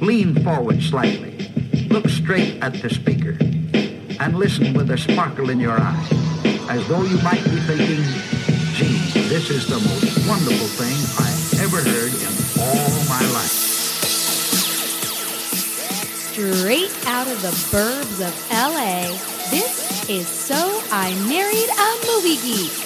Lean forward slightly. Look straight at the speaker. And listen with a sparkle in your eye, as though you might be thinking, gee, this is the most wonderful thing I ever heard in all my life. Straight out of the burbs of LA, this is So I Married a Movie Geek.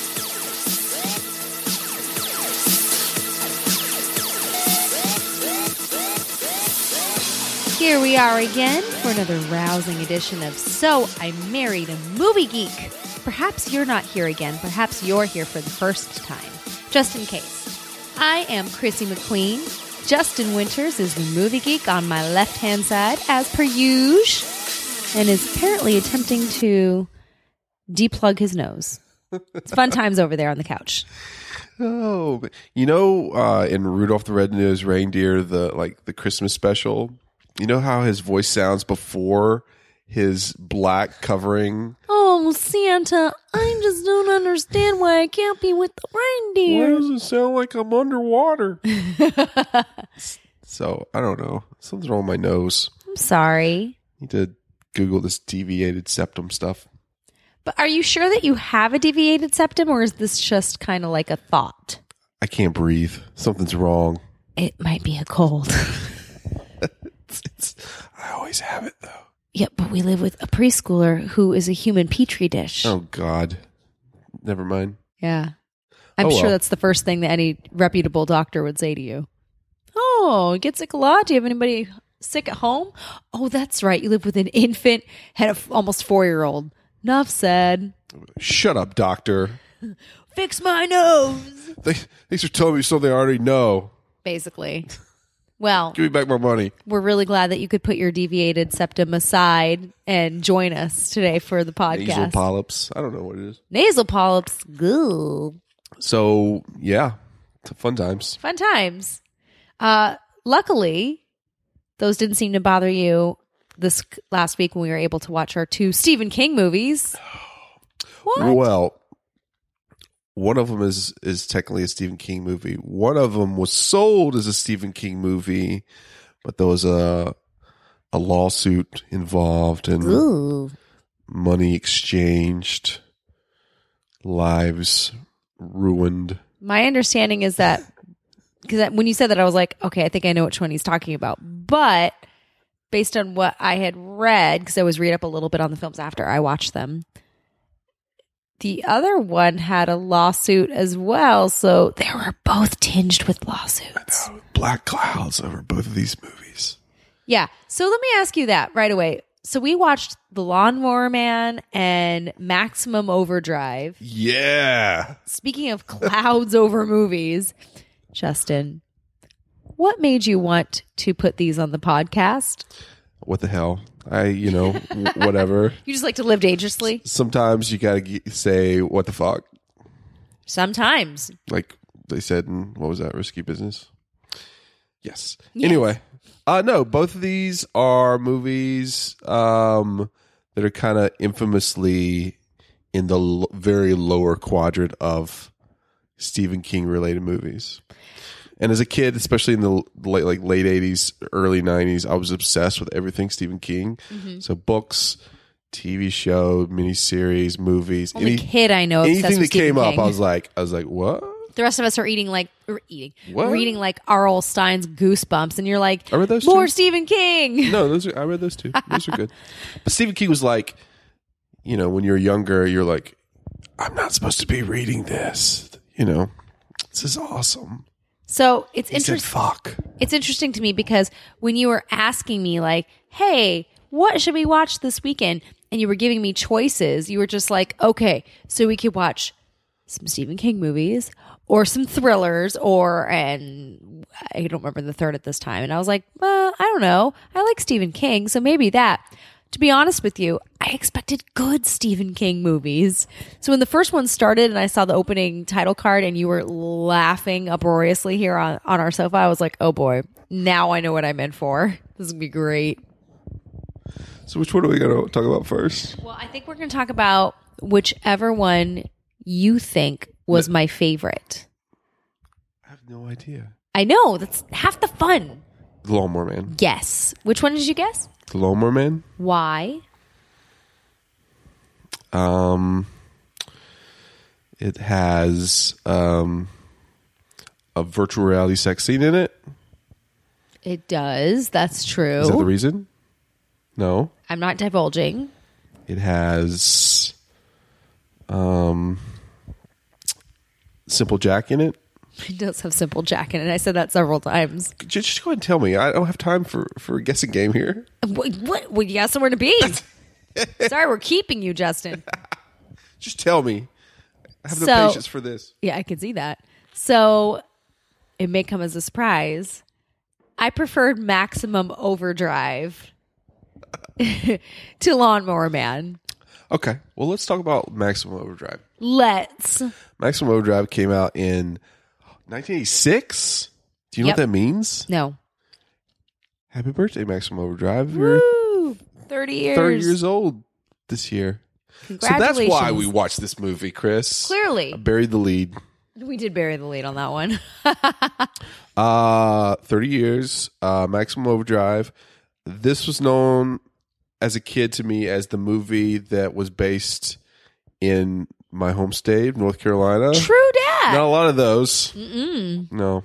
Here we are again for another rousing edition of So I Married a Movie Geek. Perhaps you're not here again. Perhaps you're here for the first time. Just in case. I am Chrissy McQueen. Justin Winters is the movie geek on my left hand side, as per usual, and is apparently attempting to deplug his nose. It's fun times over there on the couch. Oh, but- you know, uh, in Rudolph the Red-Nosed Reindeer, the like the Christmas special. You know how his voice sounds before his black covering. Oh, Santa, I just don't understand why I can't be with the Why reindeer. does it sound like I'm underwater? so I don't know. Something's wrong with my nose. I'm sorry. Need to Google this deviated septum stuff. But are you sure that you have a deviated septum or is this just kind of like a thought? I can't breathe. Something's wrong. It might be a cold. It's, it's, I always have it though. yep, but we live with a preschooler who is a human petri dish. Oh God. Never mind. Yeah. I'm Oh, sure well. that's the first thing that any reputable doctor would say to you. Oh, get sick a lot. Do you have anybody sick at home? Oh, that's right. You live with an infant, had a f- almost four year old. Enough said. Shut up, doctor. Fix my nose. Thanks thanks for telling me something I already know. Basically. Well, Give me back my money. we're really glad that you could put your deviated septum aside and join us today for the podcast. Nasal polyps. I don't know what it is. Nasal polyps. Goo. So yeah, t- fun times. Fun times. Uh, luckily, those didn't seem to bother you this c- last week when we were able to watch our two Stephen King movies. What? Well, one of them is is technically a Stephen King movie. One of them was sold as a Stephen King movie, but there was a a lawsuit involved and Ooh. money exchanged, lives ruined. My understanding is that because when you said that, I was like, okay, I think I know which one he's talking about. But based on what I had read, because I was read up a little bit on the films after I watched them, the other one had a lawsuit as well. So they were both tinged with lawsuits. Black clouds over both of these movies. Yeah. So let me ask you that right away. So we watched The Lawnmower Man and Maximum Overdrive. Yeah. Speaking of clouds over movies, Justin, what made you want to put these on the podcast? What the hell? I, you know, w- whatever. You just like to live dangerously? Sometimes you gotta g- say what the fuck, Sometimes. like they said in what was that risky business? Yes. Anyway, uh, no, both of these are movies um, that are kind of infamously in the l- very lower quadrant of Stephen King related movies. And as a kid, especially in the l- late like late eighties, early nineties, I was obsessed with everything Stephen King. So books, TV show, miniseries, movies, Only any- kid I know obsessed with anything that Stephen came up, King. I was like, I was like, what? the rest of us are eating like er, eating What? reading like R.L. Stein's Goosebumps, and you're like I read those more too." Stephen King. No, those are, I read those too. Those are good. But Stephen King was like, you know, when you're younger, you're like, I'm not supposed to be reading this. You know, this is awesome. So it's He said, interesting. fuck. it's interesting to me because when you were asking me like hey what should we watch this weekend and you were giving me choices you were just like okay so we could watch some stephen king movies or some thrillers or and i don't remember the third at this time and i was like well i don't know i like stephen king so maybe that to be honest with you i expected good stephen king movies so when the first one started and i saw the opening title card and you were laughing uproariously here on, on our sofa i was like oh boy now i know what i'm in for this is gonna be great So which one are we going to talk about first? well i think we're gonna talk about whichever one you think was my favorite I have no idea. I know that's half the fun. The Lawnmower Man. Yes. Which one did you guess? The Lawnmower Man. Why? Um, it has um, a virtual reality sex scene in it. It does. That's true. Is that the reason? No. I'm not divulging. It has um, Simple Jack in it. It does have simple jack in it. I said that several times. J- Just go ahead and tell me. I don't have time for, for a guessing game here. What? what? Well, you got somewhere to be. Sorry, we're keeping you, Justin. Just tell me. I have no So- patience for this. Yeah, I can see that. So it may come as a surprise. I preferred Maximum Overdrive to Lawnmower Man. Okay. Well, let's talk about Maximum Overdrive. Let's. Maximum Overdrive came out in 1986. Do you know Yep. what that means? No. Happy birthday, Maximum Overdrive. You're Woo! 30 years. 30 years old this year. So that's why Congratulations. we watched this movie, Chris. Clearly. I buried the lead. We did bury the lead on that one. Uh, 30 years, uh, Maximum Overdrive. This was known as a kid to me as the movie that was based in my home state, North Carolina. True dad. Not a lot of those. Mm-mm. No.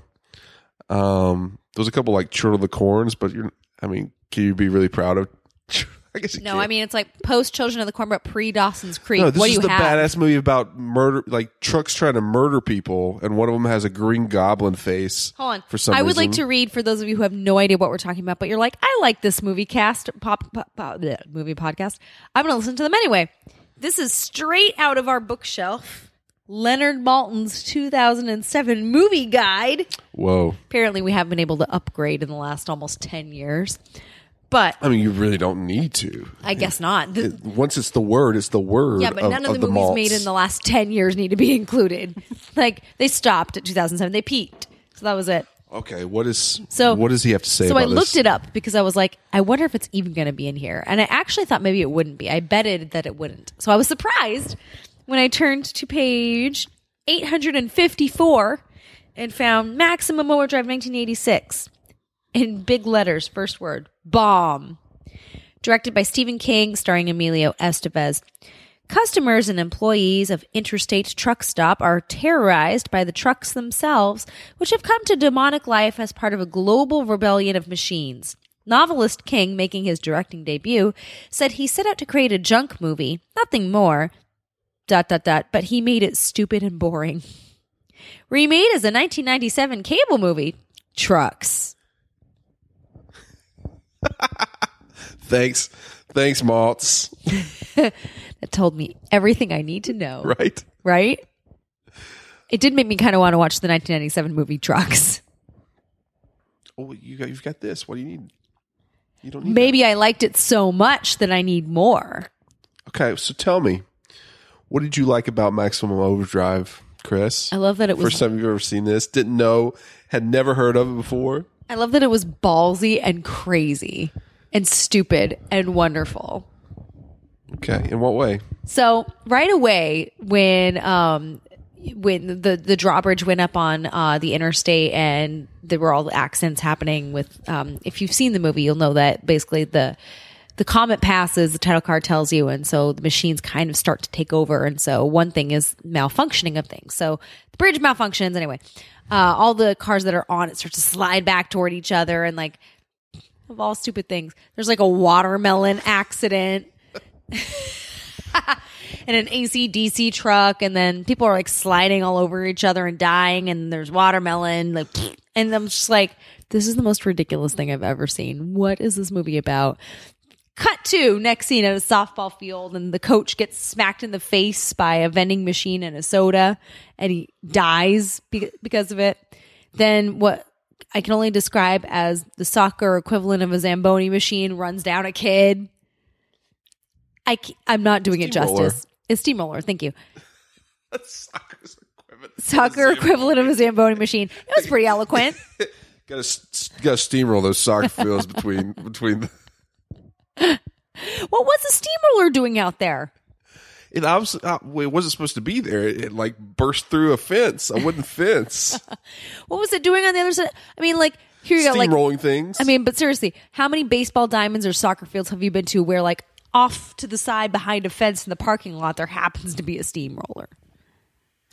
Um, there's a couple like Churl of the Corns, but you're, I mean, can you be really proud of? I guess you No, can't. I mean, it's like post Children of the Corn, but pre Dawson's Creek. No, this what do is you the have? badass movie about murder, like trucks trying to murder people, and one of them has a green goblin face. Hold on. For some I would reason. like to read for those of you who have no idea what we're talking about, but you're like, I like this movie cast pop, pop, pop bleh, movie podcast. I'm going to listen to them anyway. This is straight out of our bookshelf. Leonard Malton's 2007 movie guide. Whoa! Apparently, we have been able to upgrade in the last almost 10 years, but I mean, you really don't need to. I guess not. Th- Once it's the word, it's the word. yeah, but of, none of the, movies malts. made in the last 10 years need to be included. like, they stopped at 2007, they peaked. So that was it. Okay, what is So What does he have to say? So about I looked this? it up because I was like, I wonder if it's even going to be in here. And I actually thought maybe it wouldn't be. I betted that it wouldn't. So I was surprised when I turned to page 854 and found Maximum Overdrive 1986 in big letters, first word, bomb. Directed by Stephen King, starring Emilio Estevez. Customers and employees of Interstate Truck Stop are terrorized by the trucks themselves, which have come to demonic life as part of a global rebellion of machines. Novelist King, making his directing debut, said he set out to create a junk movie, nothing more, dot dot dot, but he made it stupid and boring. Remade as a 1997 cable movie, Trucks. Thanks, thanks, malts. That told me everything I need to know, right? Right? It did make me kind of want to watch the 1997 movie Trucks. Oh, you got, you've got this. What do you need? You don't need. maybe I liked it so much that I need more. Okay, so tell me, what did you like about Maximum Overdrive, Chris? I love that it was First time you've ever seen this. Didn't know, had never heard of it before. I love that it was ballsy and crazy and stupid and wonderful. Okay, in what way? So right away when um when the the drawbridge went up on uh, the interstate and there were all the accidents happening with um, if you've seen the movie you'll know that basically the the comet passes the title card tells you and so the machines kind of start to take over and so one thing is malfunctioning of things so the bridge malfunctions anyway uh, all the cars that are on it start to slide back toward each other and like of all stupid things there's like a watermelon accident and an ACDC truck, and then people are like sliding all over each other and dying, and there's watermelon, like, and I'm just like, this is the most ridiculous thing I've ever seen. What is this movie about? Cut to next scene at a softball field, and the coach gets smacked in the face by a vending machine and a soda, and he dies be- because of it. Then what I can only describe as the soccer equivalent of a Zamboni machine runs down a kid. I c- I'm not doing it Steamroller. justice. It's steamroller. Thank you. Soccer's equivalent. Soccer equivalent of a Zamboni machine. It was pretty eloquent. Got to got to steamroll those soccer fields between between. The, What was the steamroller doing out there? it obviously uh, well, it wasn't supposed to be there. It, it like burst through a fence, a wooden fence. What was it doing on the other side? I mean, like Here you go, like- steamrolling things. I mean, but seriously, how many baseball diamonds or soccer fields have you been to where, like, off to the side behind a fence in the parking lot, there happens to be a steamroller?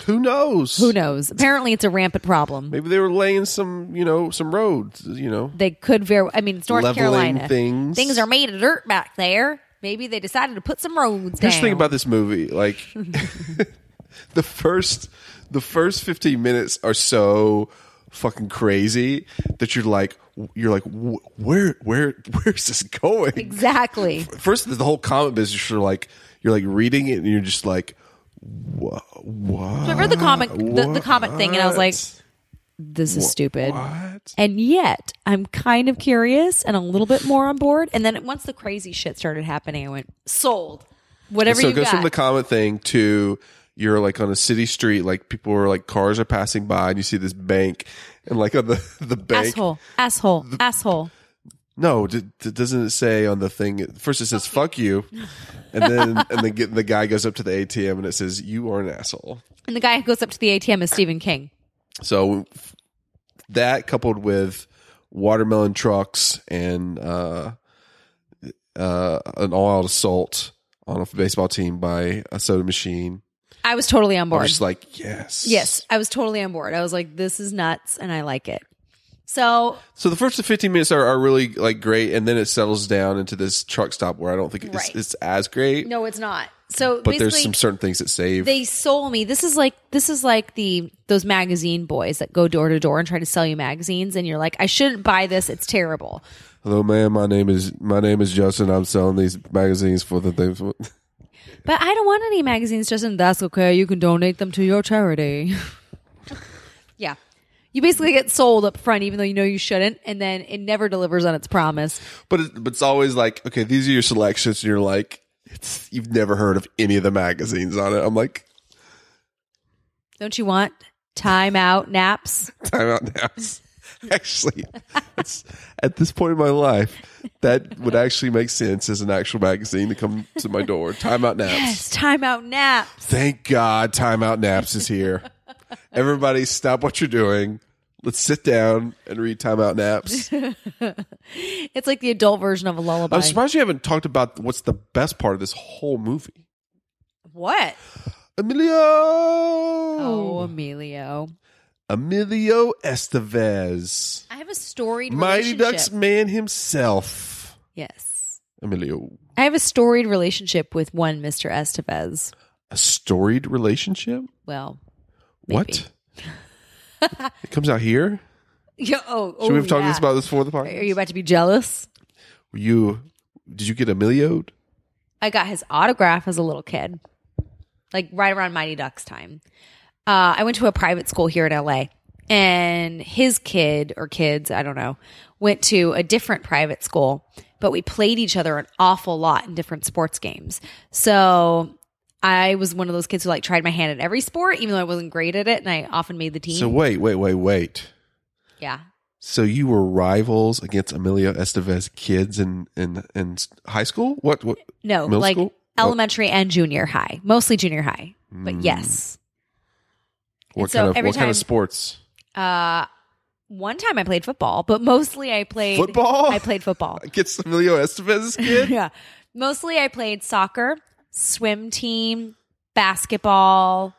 who knows? Who knows? Apparently, it's a rampant problem. Maybe they were laying some, you know, some roads. You know, They could very. I mean, it's North Leveling Carolina. things. things are made of dirt back there. Maybe they decided to put some roads down. Here's the thing about this movie. Like the first the first 15 minutes are so fucking crazy that you're like you're like "Wh- where where where's this going? exactly. First the whole comic business you're like you're like reading it and you're just like whoa what? I read the comic, the, the comic thing, and I was like, "This is stupid." what? And yet, I'm kind of curious and a little bit more on board. And then once the crazy shit started happening, I went sold. Whatever so you it goes got. from the comet thing to you're like on a city street, like people are like cars are passing by, and you see this bank, and like on the the bank. asshole, asshole, asshole. No, d- d- doesn't it say on the thing? First it says "fuck you," and then and then get, the guy goes up to the ATM and it says "you are an asshole." And the guy who goes up to the ATM is Stephen King. So that coupled with watermelon trucks and uh, uh, an all-out assault on a baseball team by a soda machine, I was totally on I'm board. just like yes, yes, I was totally on board. I was like, "This is nuts," and I like it. So So the first 15 minutes are, are really like great, and then it settles down into this truck stop where I don't think it's, Right. it's as great. no, it's not. So but basically, there's some certain things that save. they sold me. This is like this is like the those magazine boys that go door to door and try to sell you magazines, and you're like, I shouldn't buy this. It's terrible. Hello, ma'am. My name is my name is Justin. I'm selling these magazines for the things. But I don't want any magazines, Justin. That's okay. You can donate them to your charity. yeah. You basically get sold up front, even though you know you shouldn't, and then it never delivers on its promise. But it, but it's always like, okay, these are your selections, and you're like, it's, you've never heard of any of the magazines on it. I'm like, Don't you want time out naps? time out now. actually, it's, at this point in my life, that would actually make sense as an actual magazine to come to my door. Time out naps. Yes, time out naps. Thank God timeout naps is here. Everybody stop what you're doing. Let's sit down and read timeout naps. It's like the adult version of a lullaby. I'm surprised you haven't talked about what's the best part of this whole movie. what? Emilio Oh, Emilio. Emilio Estevez. I have a storied Mighty relationship. Ducks man himself. Yes. Emilio. I have a storied relationship with one Mr. Estevez. A storied relationship? Well, What? it comes out here? yeah, oh, Should oh, we have talked yeah. this about this before the podcast? Are you about to be jealous? Were you did you get Emilio'd? I got his autograph as a little kid, like right around Mighty Ducks time. Uh, I went to a private school here in LA, and his kid or kids, I don't know, went to a different private school, but we played each other an awful lot in different sports games. So I was one of those kids who like tried my hand at every sport, even though I wasn't great at it, and I often made the team. So wait, wait, wait, wait. yeah. So you were rivals against Emilio Estevez kids in in in high school? What? what? No, Middle like school? Oh. elementary and junior high, mostly junior high, but yes. Mm. What so kind of every what kind of time- sports? Uh, one time I played football, but mostly I played Football? I played football. Against Emilio Estevez's kid? yeah, mostly I played soccer, swim team, basketball,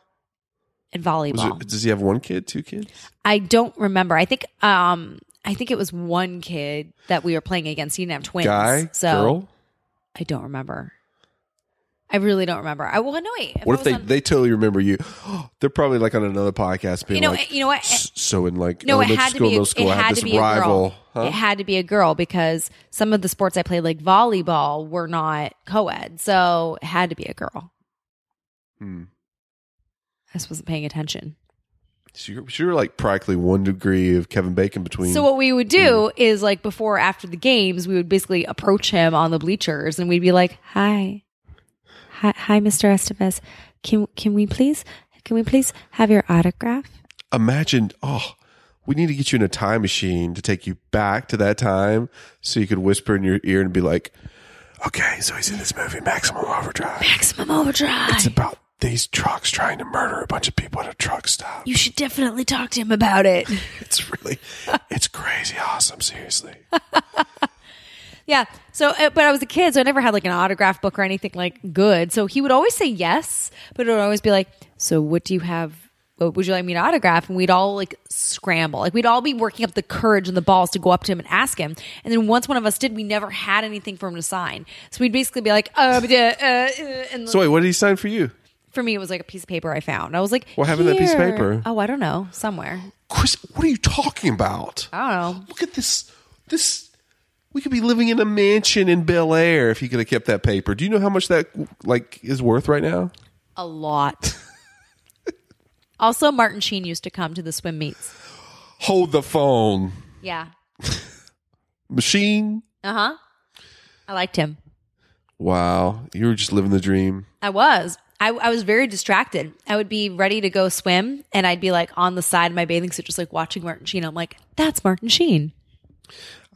and Was volleyball. it, does he have one kid, two kids? I don't remember. I think um I think it was one kid that we were playing against. He didn't have twins. Guy, so girl. I don't remember. I really don't remember. I will annoy. What if they they totally remember you? They're probably like on another podcast being you know like, you know what "S- so in like No, it elementary had to school, be. A, middle school, it I had had this to be a rival. girl. Huh? It had to be a girl because some of the sports I played, like volleyball, were not co-ed, so it had to be a girl. Hmm. I just wasn't paying attention. So you're, so you're like practically one degree of Kevin Bacon between. So what we would do is like before, or after the games, we would basically approach him on the bleachers, and we'd be like, "Hi, hi, hi, Mr. Estevez, can can we please, can we please have your autograph?" imagine oh we need to get you in a time machine to take you back to that time so you could whisper in your ear and be like okay so he's in this movie maximum overdrive Maximum Overdrive. it's about these trucks trying to murder a bunch of people at a truck stop. You should definitely talk to him about it. It's really, it's crazy awesome. Seriously, yeah. So, uh, but I was a kid, so I never had like an autograph book or anything like good. So he would always say yes, but it would always be like, "So what do you have? What would you like me to autograph?" And we'd all like scramble, like we'd all be working up the courage and the balls to go up to him and ask him. And then once one of us did, we never had anything for him to sign. So we'd basically be like, "Uh, but, uh, uh, uh," and so wait, what did he sign for you? for me, it was like a piece of paper I found. I was like, What happened to that piece of "Here." paper? Oh, I don't know, somewhere. Chris, what are you talking about? I don't know. Look at this. This we could be living in a mansion in Bel Air if he could have kept that paper. Do you know how much that like is worth right now? A lot. also, Martin Sheen used to come to the swim meets. Hold the phone, Yeah. machine. Uh huh. I liked him. Wow, you were just living the dream. I was. I, I was very distracted. I would be ready to go swim, and I'd be like on the side of my bathing suit, just like watching Martin Sheen. I'm like, that's Martin Sheen.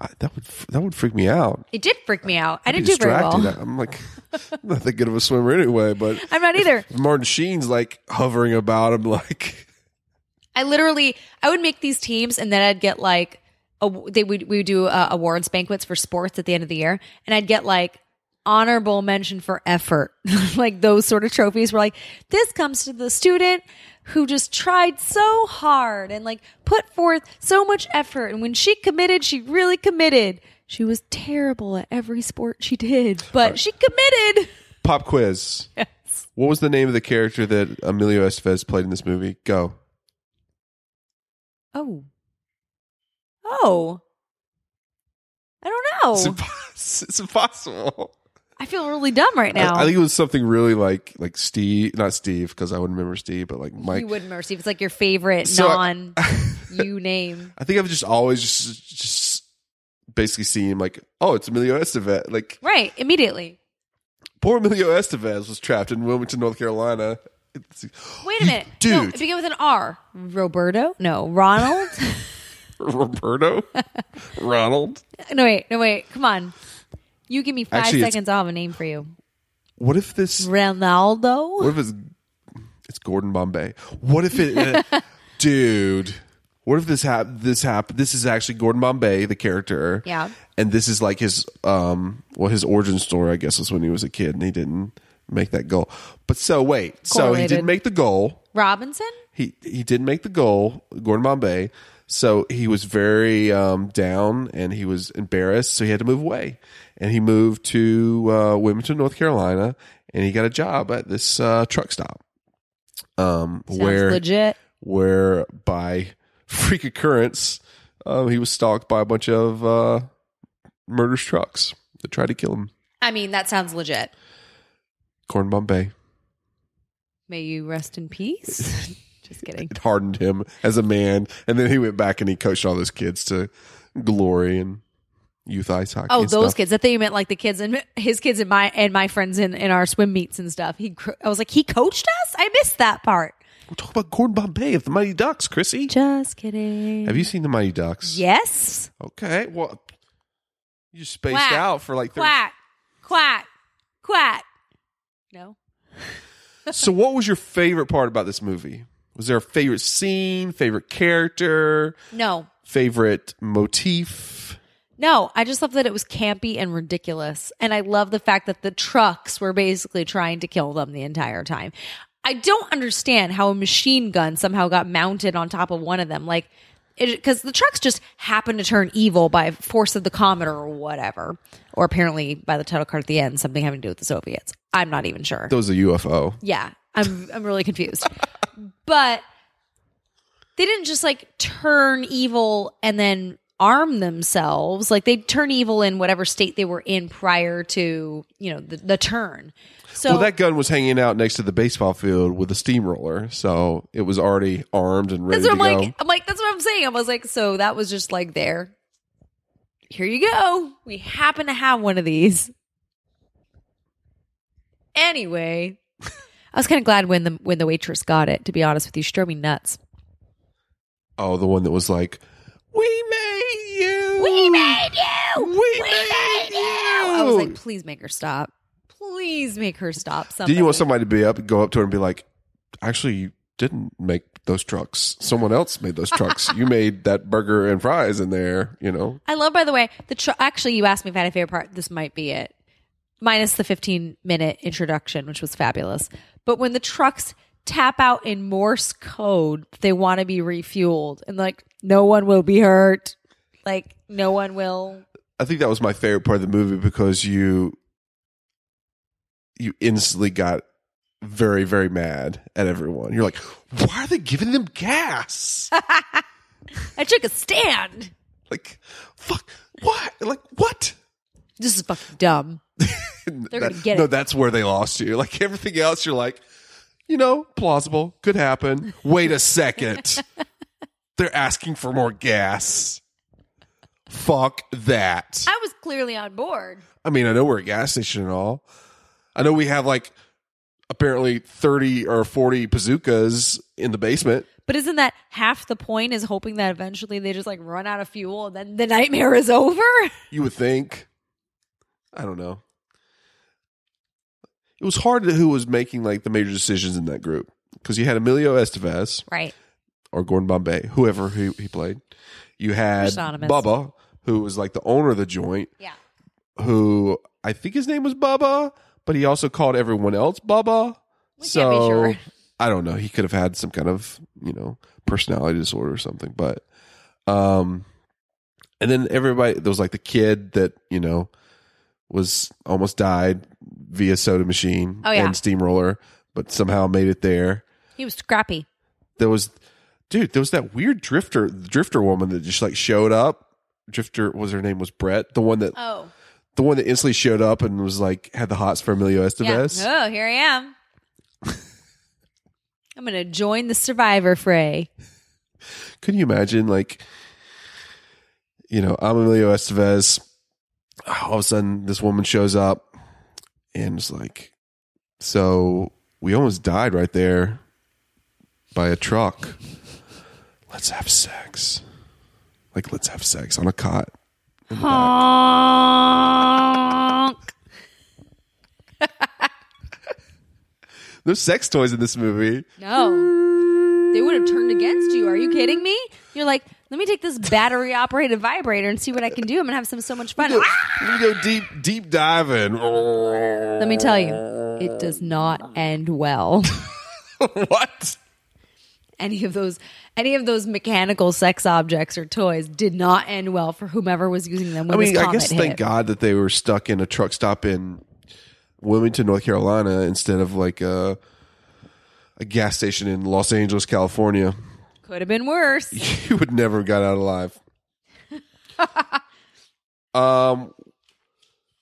I, that would that would freak me out. It did freak me out. I I'd be didn't do very well. distracted. I'm like I'm not that good of a swimmer anyway. But I'm not either. Martin Sheen's like hovering about him, like I literally, I would make these teams, and then I'd get like, a, they would we would do uh, awards banquets for sports at the end of the year, and I'd get like honorable mention for effort, like those sort of trophies. Were like, this comes to the student who just tried so hard and like put forth so much effort, and when she committed, she really committed. She was terrible at every sport she did, but she committed. pop quiz. Yes. What was the name of the character that Emilio Estevez played in this movie? Go. Oh, oh, I don't know. It's, impos- it's impossible. I feel really dumb right now. I, I think it was something really like like Steve, not Steve, because I wouldn't remember Steve, but like Mike. you wouldn't mercy. It's like your favorite So I- non you name. I think I've just always just just basically seen him like, oh, it's Emilio Estevez. Like Right, immediately. poor Emilio Estevez was trapped in Wilmington, North Carolina. It's- Wait a minute. No, dude, it began with an R. Roberto? No, Ronald? Roberto, Ronald. no, wait, no, wait. Come on. You give me five Actually, it's- seconds, I'll have a name for you. What if this? Ronaldo? What if it's it's Gordon Bombay? What if it, uh, dude? What if this hap- this hap- This is actually Gordon Bombay, the character. Yeah. And this is like his um, well, his origin story. I guess was when he was a kid and he didn't make that goal. But so wait, so he Correlated. didn't make the goal. Robinson? He he did make the goal, Gordon Bombay. So he was very um, down and he was embarrassed. So he had to move away, and he moved to uh, Wilmington, North Carolina, and he got a job at this uh, truck stop. Um, Sounds where legit. where by freak occurrence, um, he was stalked by a bunch of uh, murderous trucks that tried to kill him. I mean, that sounds legit. Gordon Bombay. May you rest in peace. Just kidding. It hardened him as a man, and then he went back and he coached all those kids to glory and youth ice hockey. Oh, and those stuff. kids. I thought you meant like the kids and his kids and my and my friends in, in our swim meets and stuff. He, cr- I was like, he coached us. I missed that part. We're talking about Gordon Bombay of the Mighty Ducks, Chrissy. Just kidding. Have you seen the Mighty Ducks? Yes. Okay. Well, you spaced Quack. out for like. thir- Quack, quack, quack. No. so, what was your favorite part about this movie? Was there a favorite scene, favorite character, No. favorite motif? No, I just love that it was campy and ridiculous. And I love the fact that the trucks were basically trying to kill them the entire time. I don't understand how a machine gun somehow got mounted on top of one of them. Like, because the trucks just happened to turn evil by force of the Comet or whatever. Or apparently by the title card at the end, something having to do with the Soviets. I'm not even sure. That was a UFO. Yeah, I'm I'm really confused. but they didn't just like turn evil and then arm themselves. Like they turn evil in whatever state they were in prior to you know the, the turn. So well, that gun was hanging out next to the baseball field with a steamroller, so it was already armed and ready that's what to I'm go. like. I'm like that's what I'm saying. I was like, so that was just like there. Here you go. We happen to have one of these. Anyway, I was kind of glad when the when the waitress got it. To be honest with you, she drove me nuts. Oh, the one that was like, "We made you, We made you. we, made, you." I was like, please make her stop. Please. Please make her stop something. Did you want somebody to be up, go up to her and be like, actually, you didn't make those trucks. Someone else made those trucks. you made that burger and fries in there, you know? I love, by the way, the tr- actually you asked me if I had a favorite part. This might be it, minus the 15 minute introduction, which was fabulous. But when the trucks tap out in Morse code, they want to be refueled, and like no one will be hurt, like no one will. I think that was my favorite part of the movie because you you instantly got very very mad at everyone. You're like, "Why are they giving them gas?" I took a stand. like, "Fuck, what?" Like, "What?" This is fucking dumb. They're gonna That- get no, it. that's where they lost you. Like everything else, you're like, you know, plausible, could happen. Wait a second. They're asking for more gas. Fuck that. I was clearly on board. I mean, I know we're a gas station and all. I know we have like apparently 30 or 40 bazookas in the basement. But isn't that half the point? Is hoping that eventually they just like run out of fuel and then the nightmare is over? You would think. I don't know. It was hard to who was making like the major decisions in that group because you had Emilio Estevez Right. or Gordon Bombay, whoever he, he played. You had Synonymous. Bubba, who was like the owner of the joint, Yeah. who I think his name was Bubba, but he also called everyone else Bubba. We so can't be sure. I don't know. He could have had some kind of you know personality disorder or something, but um, and then everybody there was like the kid that you know was almost died via soda machine Oh, yeah. and steamroller, but somehow made it there He was scrappy. there was dude there was that weird drifter drifter woman that just like showed up drifter was her name was brett the one that Oh. the one that instantly showed up and was like had the hots for emilio estevez Yeah. Oh, here I am. I'm going to join the survivor fray. can you imagine like you know i'm emilio estevez all of a sudden this woman shows up and is like so we almost died right there by a truck let's have sex like let's have sex on a cot Honk. There's sex toys in this movie. No. They would have turned against you. Are you kidding me? You're like, let me take this battery operated vibrator and see what I can do. I'm going to have some so much fun. Look, Ah! Let me go deep, deep diving. Let me tell you, it does not end well. what? any of those any of those mechanical sex objects or toys did not end well for whomever was using them I when mean, this I comet guess hit. thank God that they were stuck in a truck stop in Wilmington, North Carolina, instead of like a a gas station in Los Angeles, California. Could have been worse. You would never have got out alive. um.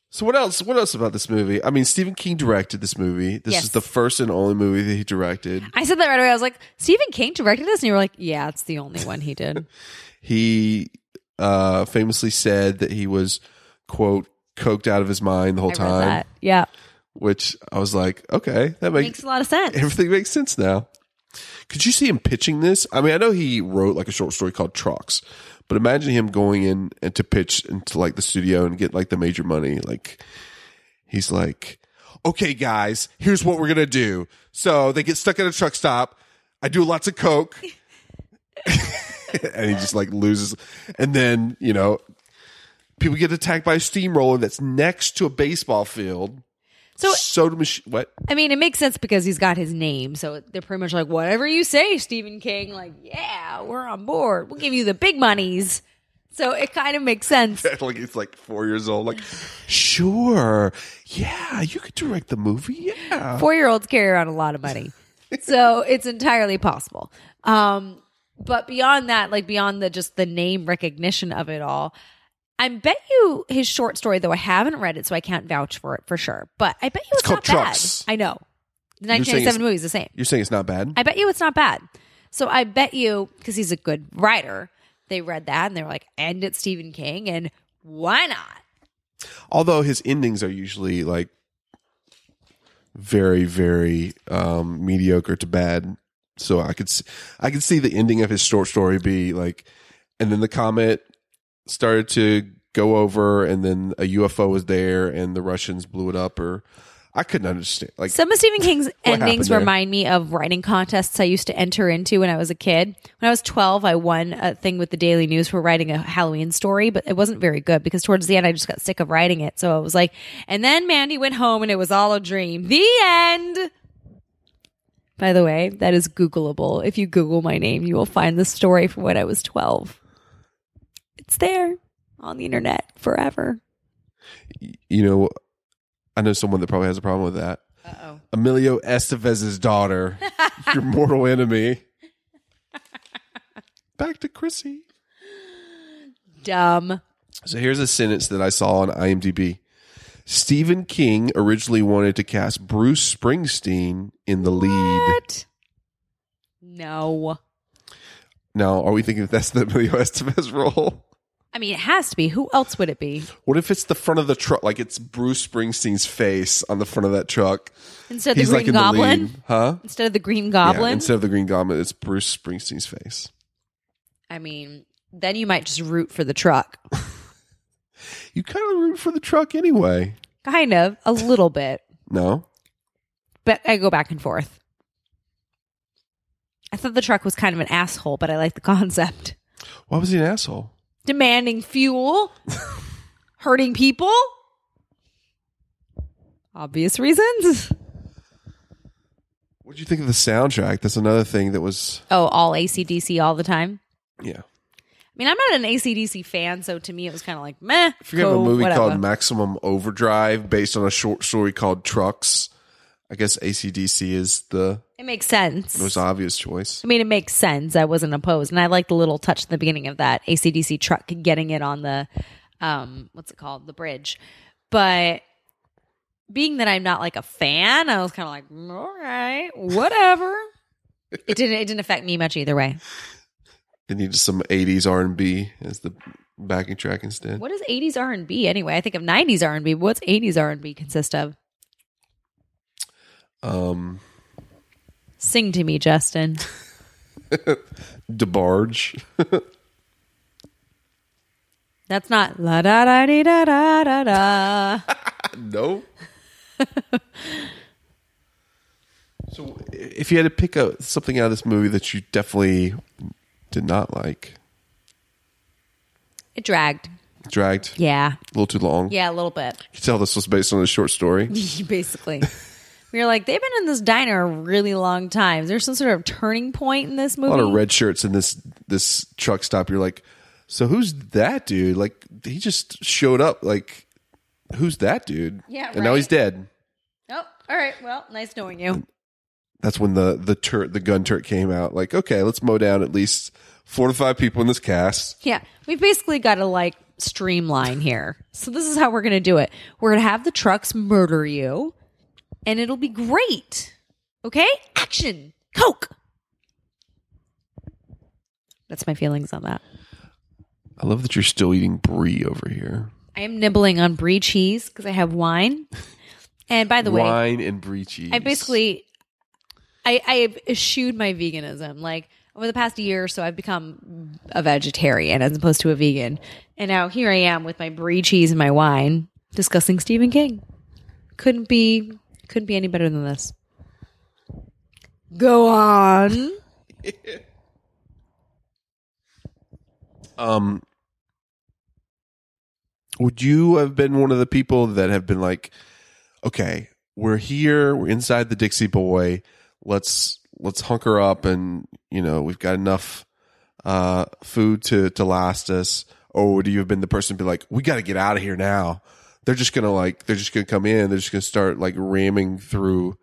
So what else? What else about this movie? I mean, Stephen King directed this movie. This Yes. is the first and only movie that he directed. I said that right away. I was like, Stephen King directed this, and you were like, yeah, it's the only one he did. he uh, famously said that he was quote coked out of his mind the whole I read time that. Yeah, which i was like okay that makes makes, a lot of sense. everything makes sense now could you see him pitching this i mean i know he wrote like a short story called trucks but imagine him going in and to pitch into like the studio and get like the major money like he's like okay guys here's what we're gonna do so they get stuck at a truck stop i do lots of coke and he just like loses and then you know people get attacked by a steamroller that's next to a baseball field So- soda machine what I mean, it makes sense because he's got his name, so they're pretty much like, whatever you say, Stephen King. Like, yeah, we're on board. We'll give you the big monies. So it kind of makes sense. like he's like four years old like sure yeah you could direct the movie yeah four year olds carry around a lot of money. so it's entirely possible. Um, but beyond that, like beyond the just the name recognition of it all, I bet you his short story, though I haven't read it, so I can't vouch for it for sure. But I bet you it's, called not bad. Trucks. I know. The You're saying it's- 1997 movie is the same. you're saying it's not bad I bet you it's not bad. So I bet you, because he's a good writer, they read that and they were like, and it's Stephen King, and why not? although his endings are usually like very very um mediocre to bad so i could see, i could see the ending of his short story be like and then the comet started to go over and then a ufo was there and the russians blew it up or I couldn't understand. Like, Some of Stephen King's endings happened there? remind me of writing contests I used to enter into when I was a kid. When I was 12, I won a thing with the Daily News for writing a Halloween story, but it wasn't very good because towards the end I just got sick of writing it. So I was like, and then Mandy went home and it was all a dream. The end. By the way, that is Googleable. If you Google my name, you will find the story from when I was 12. It's there on the internet forever. you know, I know someone that probably has a problem with that. Uh-oh. Emilio Estevez's daughter, your mortal enemy. Back to Chrissy. Dumb. So here's a sentence that I saw on IMDb. Stephen King originally wanted to cast Bruce Springsteen in the lead. What? No. Now, are we thinking that that's the Emilio Estevez role? I mean, it has to be. Who else would it be? What if it's the front of the truck? Like it's Bruce Springsteen's face on the front of that truck. Instead of the Green in the Goblin? lead. huh? Instead of the Green Yeah, Goblin? instead of the Green Goblin, it's Bruce Springsteen's face. I mean, then you might just root for the truck. You kind of root for the truck anyway. kind of, a little bit. No, But I go back and forth. I thought the truck was kind of an asshole, but I like the concept. why was he an asshole? Demanding fuel, hurting people. Obvious reasons. What would you think of the soundtrack? That's another thing that was Oh, all ACDC all the time. yeah. I mean, I'm not an ACDC fan, so to me it was kind of like meh. I forget cool, a movie whatever. called Maximum Overdrive based on a short story called Trucks. I guess ACDC is the It makes sense. most obvious choice. I mean, it makes sense. I wasn't opposed, and I like the little touch in the beginning of that ACDC truck getting it on the, um, what's it called, the bridge. But being that I'm not like a fan, I was kind of like, "Mm, all right, whatever. it didn't. It didn't affect me much either way. They needed some '80s R&B as the backing track instead. What is '80s R and B anyway? I think of '90s R and B. What's '80s R and B consist of? Um, Sing to me, Justin. DeBarge. That's not la da da dee da da da da. No. so, if you had to pick out something out of this movie that you definitely did not like, It dragged. dragged Yeah. a little too long. Yeah, a little bit. You could tell this was based on a short story. basically. We were like, they've been in this diner a really long time. There's some sort of turning point in this A movie. lot of red shirts in this this truck stop. You're like, so who's that dude? Like, he just showed up. Like, who's that dude? Yeah, and now right. he's dead. oh, all right. Well, nice knowing you. That's when the the turret, the gun turret came out. Like, okay, let's mow down at least four to five people in this cast. Yeah, we've basically got to like streamline here. So this is how we're going to do it. We're going to have the trucks murder you, and it'll be great. Okay, action, coke. That's my feelings on that. I love that you're still eating brie over here. I am nibbling on brie cheese because I have wine. And by the way, Wine and brie cheese. I basically, I, I have eschewed my veganism. Like over the past year or so, I've become a vegetarian as opposed to a vegan. And now here I am with my brie cheese and my wine, discussing Stephen King. Couldn't be, couldn't be any better than this. Go on. um would you have been one of the people that have been like, okay, we're here, we're inside the Dixie Boy, let's let's hunker up and you know, we've got enough uh food to to last us, or would you have been the person to be like, We gotta get out of here now. They're just gonna like they're just gonna come in, they're just gonna start like ramming through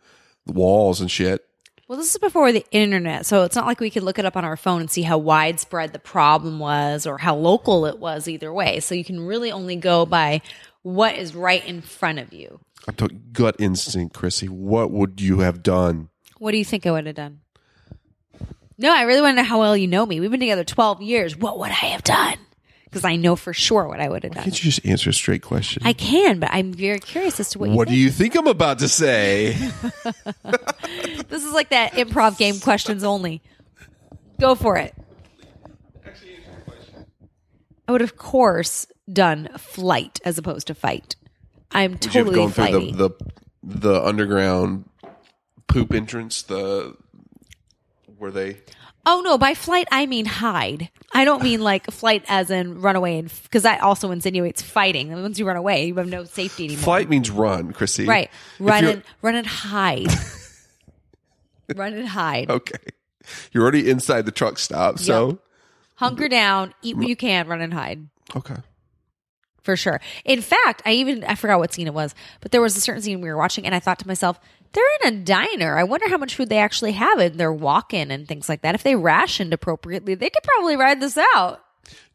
the walls and shit. Well, this is before the internet, so it's not like we could look it up on our phone and see how widespread the problem was or how local it was either way. So you can really only go by what is right in front of you. I'm talking gut instinct, Chrissy. What would you have done? What do you think I would have done? No, I really want to know how well you know me. We've been together 12 years. What would I have done? Because I know for sure what I would have done. Can't you just answer a straight question? I can, but I'm very curious as to what, what do you you think I'm about to say? think. This is like that improv game, questions only. Go for it. I would, of course, done flight as opposed to fight. I'm Would you have totally gone flighty. through the, the the underground poop entrance, the where they Oh no, by flight I mean hide. I don't mean like flight as in run away, and because that also insinuates fighting. And Once you run away, you have no safety anymore. flight means run, Chrissy. right? If Run you're- and run and hide. run and hide. okay. You're already inside the truck stop, so Hunker down. Eat what you can. Run and hide. okay. for sure. In fact, I even I forgot what scene it was, but there was a certain scene we were watching, and I thought to myself, they're in a diner. I wonder how much food they actually have in their walk-in and things like that. If they rationed appropriately, they could probably ride this out.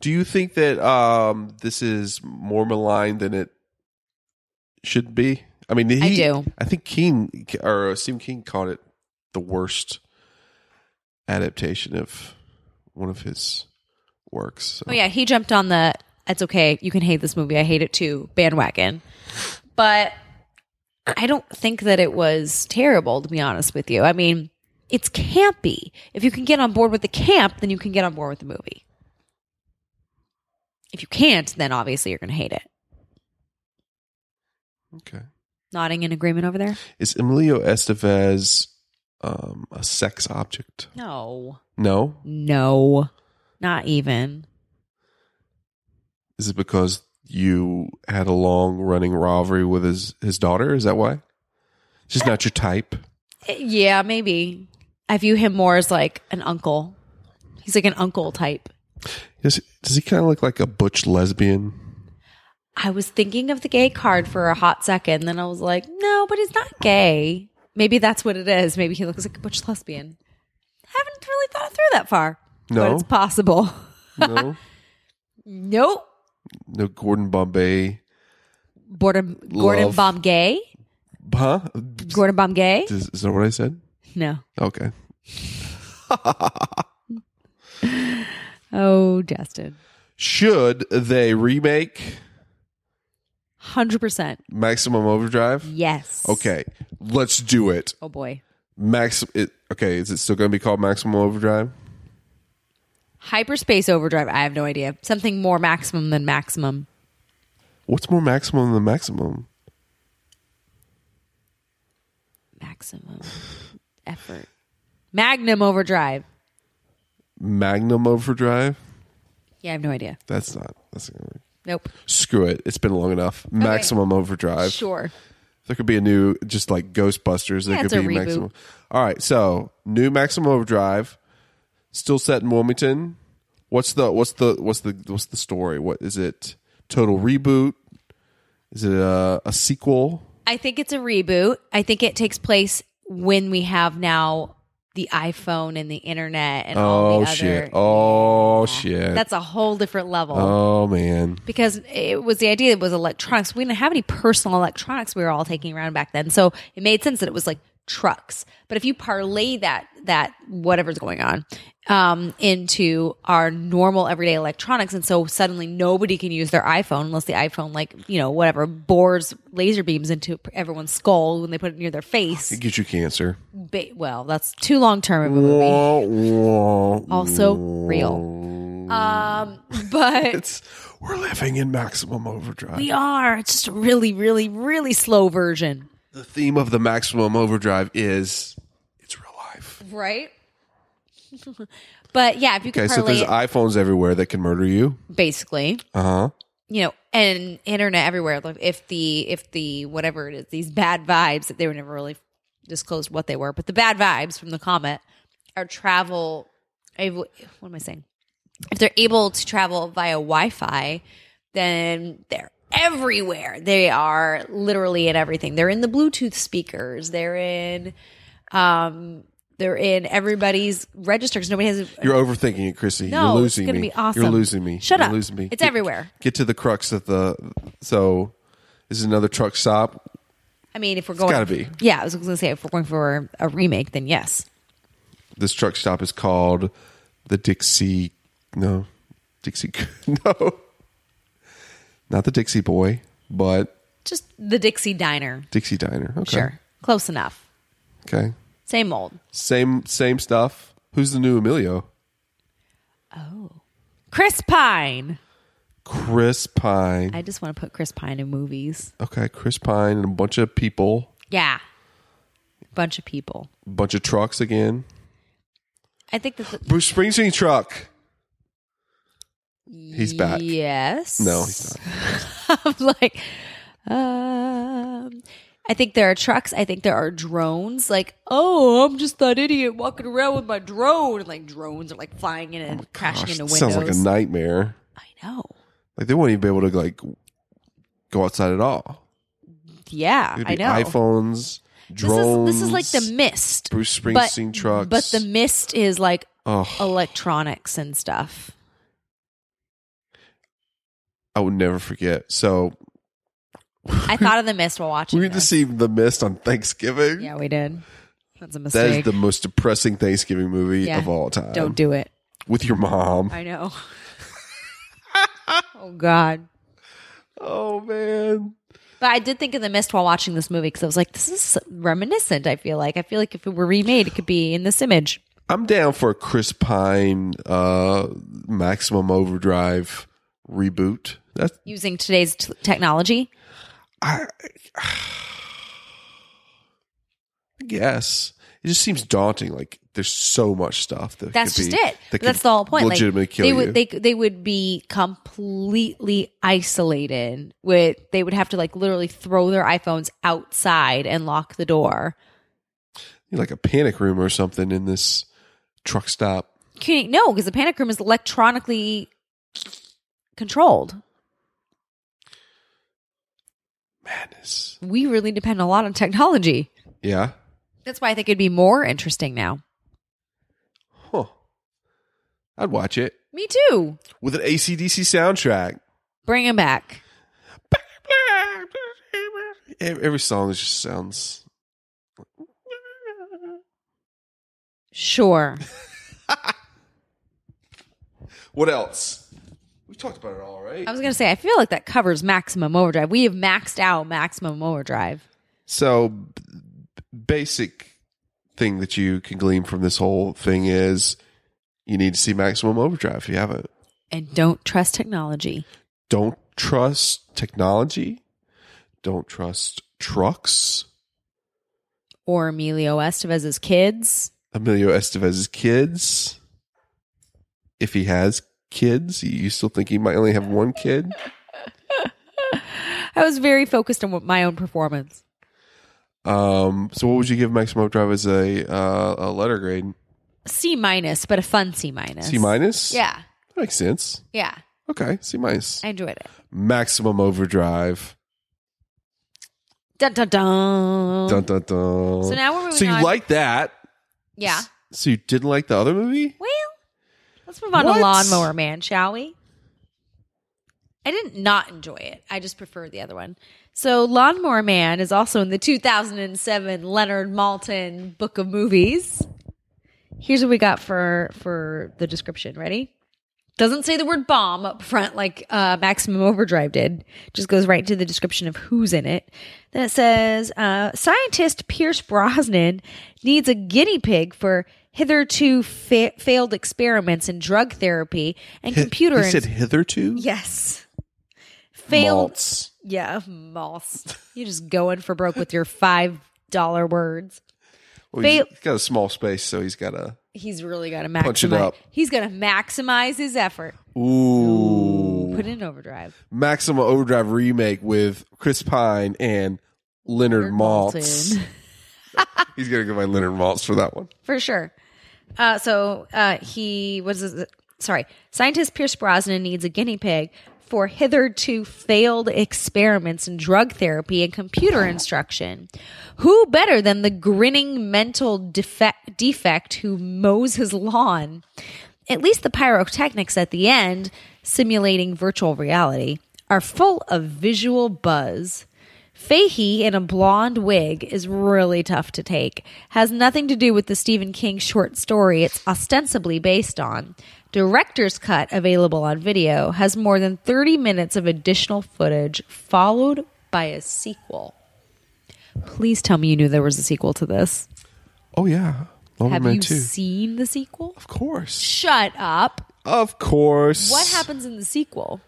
Do you think that um, this is more malign than it should be? I mean, he, do. I think King or Stephen King called it the worst adaptation of one of his works. So. Oh yeah, he jumped on the "It's okay, you can hate this movie, I hate it too" bandwagon, but I don't think that it was terrible. To be honest with you, I mean, it's campy. If you can get on board with the camp, then you can get on board with the movie. If you can't, then obviously you're going to hate it. Okay. Nodding in agreement over there. Is Emilio Estevez um, a sex object? No, No. no, not even. Is it because you had a long running rivalry with his his daughter? Is that why? She's not your type. Eh, Yeah, maybe. I view him more as like an uncle. He's like an uncle type. Does, does he kind of look like a butch lesbian? I was thinking of the gay card for a hot second, then I was like, no, but he's not gay. Maybe that's what it is. Maybe he looks like a butch lesbian. Haven't really thought it through that far. But No. it's possible. No, Nope. no Gordon Bombay, Gordon, Gordon Love. Bomb gay? huh? Gordon Bomb gay? Is, is that what I said? No. Okay. Oh, Justin. Should they remake 100%. Maximum Overdrive? Yes. Okay, let's do it. Oh, boy. Max. It, okay, is it still going to be called Maximum Overdrive? Hyperspace Overdrive. I have no idea. Something more maximum than maximum. What's more maximum than maximum? Maximum effort. Magnum Overdrive. Magnum Overdrive? Yeah, I have no idea. That's not. That's not gonna work. Nope. Screw it. It's been long enough. Maximum Overdrive. Sure. There could be a new, just like Ghostbusters. There Yeah, could it's a be reboot. Maximum. All right, so new Maximum Overdrive, still set in Wilmington. What's the what's the what's the what's the story? What is it? Total reboot? Is it a, a sequel? I think it's a reboot. I think it takes place when we have now the iPhone and the internet and all Oh the other. shit! Oh shit! That's a whole different level. oh man! because it was the idea it was electronics. We didn't have any personal electronics we were all taking around back then. So it made sense that it was like trucks. But if you parlay that that whatever's going on um, into our normal everyday electronics, and so suddenly nobody can use their iPhone unless the iPhone like you know whatever bores laser beams into everyone's skull when they put it near their face. It gets you cancer. Ba- well, that's too long term of a movie. Wah, wah, Also wah. real. Um, but It's we're living in Maximum Overdrive. we are it's just a really, really, really slow version. the theme of the Maximum Overdrive is it's real life. Right? but yeah, if you Okay, can so parlay there's it iPhones everywhere that can murder you. basically, Uh huh. you know, and internet everywhere. Like if the if the whatever it is, these bad vibes that they were never really disclosed what they were, but the bad vibes from the comet are travel. able- What am I saying? If they're able to travel via Wi-Fi, then they're everywhere. They are literally in everything. They're in the Bluetooth speakers. They're in. um they're in everybody's registers. Nobody has You're overthinking it, Chrissy. No, You're it's losing gonna me. be awesome. You're losing me. Shut You're up. Losing me. It's Get- everywhere. Get to the crux of the. So, this is another truck stop. I mean, if we're going, gotta be. Yeah, I was going to say if we're going for a remake, then yes. This truck stop is called the Dixie. No, Dixie. No, not the Dixie Boy, but Just the Dixie Diner, Dixie Diner. Okay. sure, close enough. Okay. Same old. Same same stuff. Who's the new Emilio? Oh, Chris Pine. Chris Pine. I just want to put Chris Pine in movies. Okay, Chris Pine and a bunch of people. Yeah. Bunch of people. Bunch of trucks again. I think that's Bruce Springsteen truck. He's back. Yes. No, he's not. I'm like, um, I think there are trucks. I think there are drones. Like, oh, I'm just that idiot walking around with my drone. And like drones are like flying in and crashing Oh Gosh, into that windows. sounds like a nightmare. I know. Like they won't even be able to like go outside at all. Yeah, It'd I be know. iPhones, this is drones. this is like the mist. Bruce but- Springsteen trucks. But the mist is like oh, electronics and stuff. I will never forget. So I thought of the mist while watching. we went to this. see The Mist on Thanksgiving. Yeah, we did. That's a that is mistake. the most depressing Thanksgiving movie Yeah. of all time. Don't do it. with your mom. I know. oh God. oh man. But I did think of the mist while watching this movie because I was like, this is reminiscent. I feel like I feel like if it were remade, it could be in this image. I'm down for a Chris Pine uh maximum overdrive reboot. That's Using today's t- technology, I I guess. It just seems daunting. Like there's so much stuff that that's just could be- it. that But could that's the whole point. Like, Legitimately kill they you. would they they would be completely isolated. With they would have to like literally throw their iPhones outside and lock the door. like a panic room or something in this truck stop. Can- No, because the panic room is electronically controlled. Madness. We really depend a lot on technology. Yeah. That's why I think it'd be more interesting now. Huh. I'd watch it Me too. with an ACDC soundtrack. Bring him back. Ev- Every song just sounds. Sure. What else? We talked about it all, right? I was going to say, I feel like that covers maximum overdrive. We have maxed out maximum overdrive. So, b- basic thing that you can glean from this whole thing is you need to see Maximum Overdrive if you haven't. And don't trust technology. Don't trust technology. Don't trust trucks. Or Emilio Estevez's kids. Emilio Estevez's kids. If he has kids, you still think he might only have one kid? I was very focused on what my own performance. Um, so, what would you give Maximum Overdrive as a uh, a letter grade? C minus, but a fun C minus. C minus. Yeah. makes sense. Yeah. Okay, C minus. I enjoyed it. Maximum Overdrive. Dun, dun, dun. Dun dun dun. So now we're moving So you on. like that? yeah. So you didn't like the other movie? Well, let's move on What? to Lawnmower Man, shall we? I didn't not enjoy it. I just preferred the other one. So, Lawnmower Man is also in the 2007 Leonard Maltin book of movies. Here's what we got for for the description. Ready? Doesn't say the word bomb up front like uh, Maximum Overdrive did. Just goes right to the description of who's in it. Then it says uh, scientist Pierce Brosnan needs a guinea pig for hitherto fa- failed experiments in drug therapy and computer. He said hitherto. yes, failed. Malts. Yeah, malts. You're just going for broke with your five dollar words. Well, he's- Fail- he's got a small space, so he's got a. He's really got to maximize. Punch it up. He's going to maximize his effort. Ooh. Put it in overdrive. Maximum Overdrive remake with Chris Pine and Leonard, Leonard Maltz. he's gonna go by Leonard Maltz for that one. for sure. Uh, so uh, he was sorry. Scientist Pierce Brosnan needs a guinea pig for hitherto failed experiments in drug therapy and computer instruction. Who better than the grinning mental defect, defect who mows his lawn? At least the pyrotechnics at the end, simulating virtual reality, are full of visual buzz. Fahey in a blonde wig is really tough to take. Has nothing to do with the Stephen King short story it's ostensibly based on. Director's cut available on video has more than 30 minutes of additional footage followed by a sequel. Please tell me you knew there was a sequel to this. Oh yeah, Longer Have Man you Two. seen the sequel? of course. Shut up. Of course. What happens in the sequel?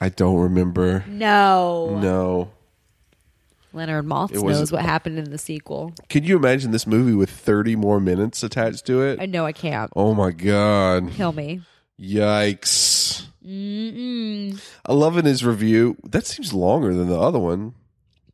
I don't remember. No. No. Leonard Maltz It was- knows what happened in the sequel. Can you imagine this movie with 30 more minutes attached to I it? know I can't. Oh my god. Kill me. Yikes. Mm-mm. I love in his review. That seems longer than the other one.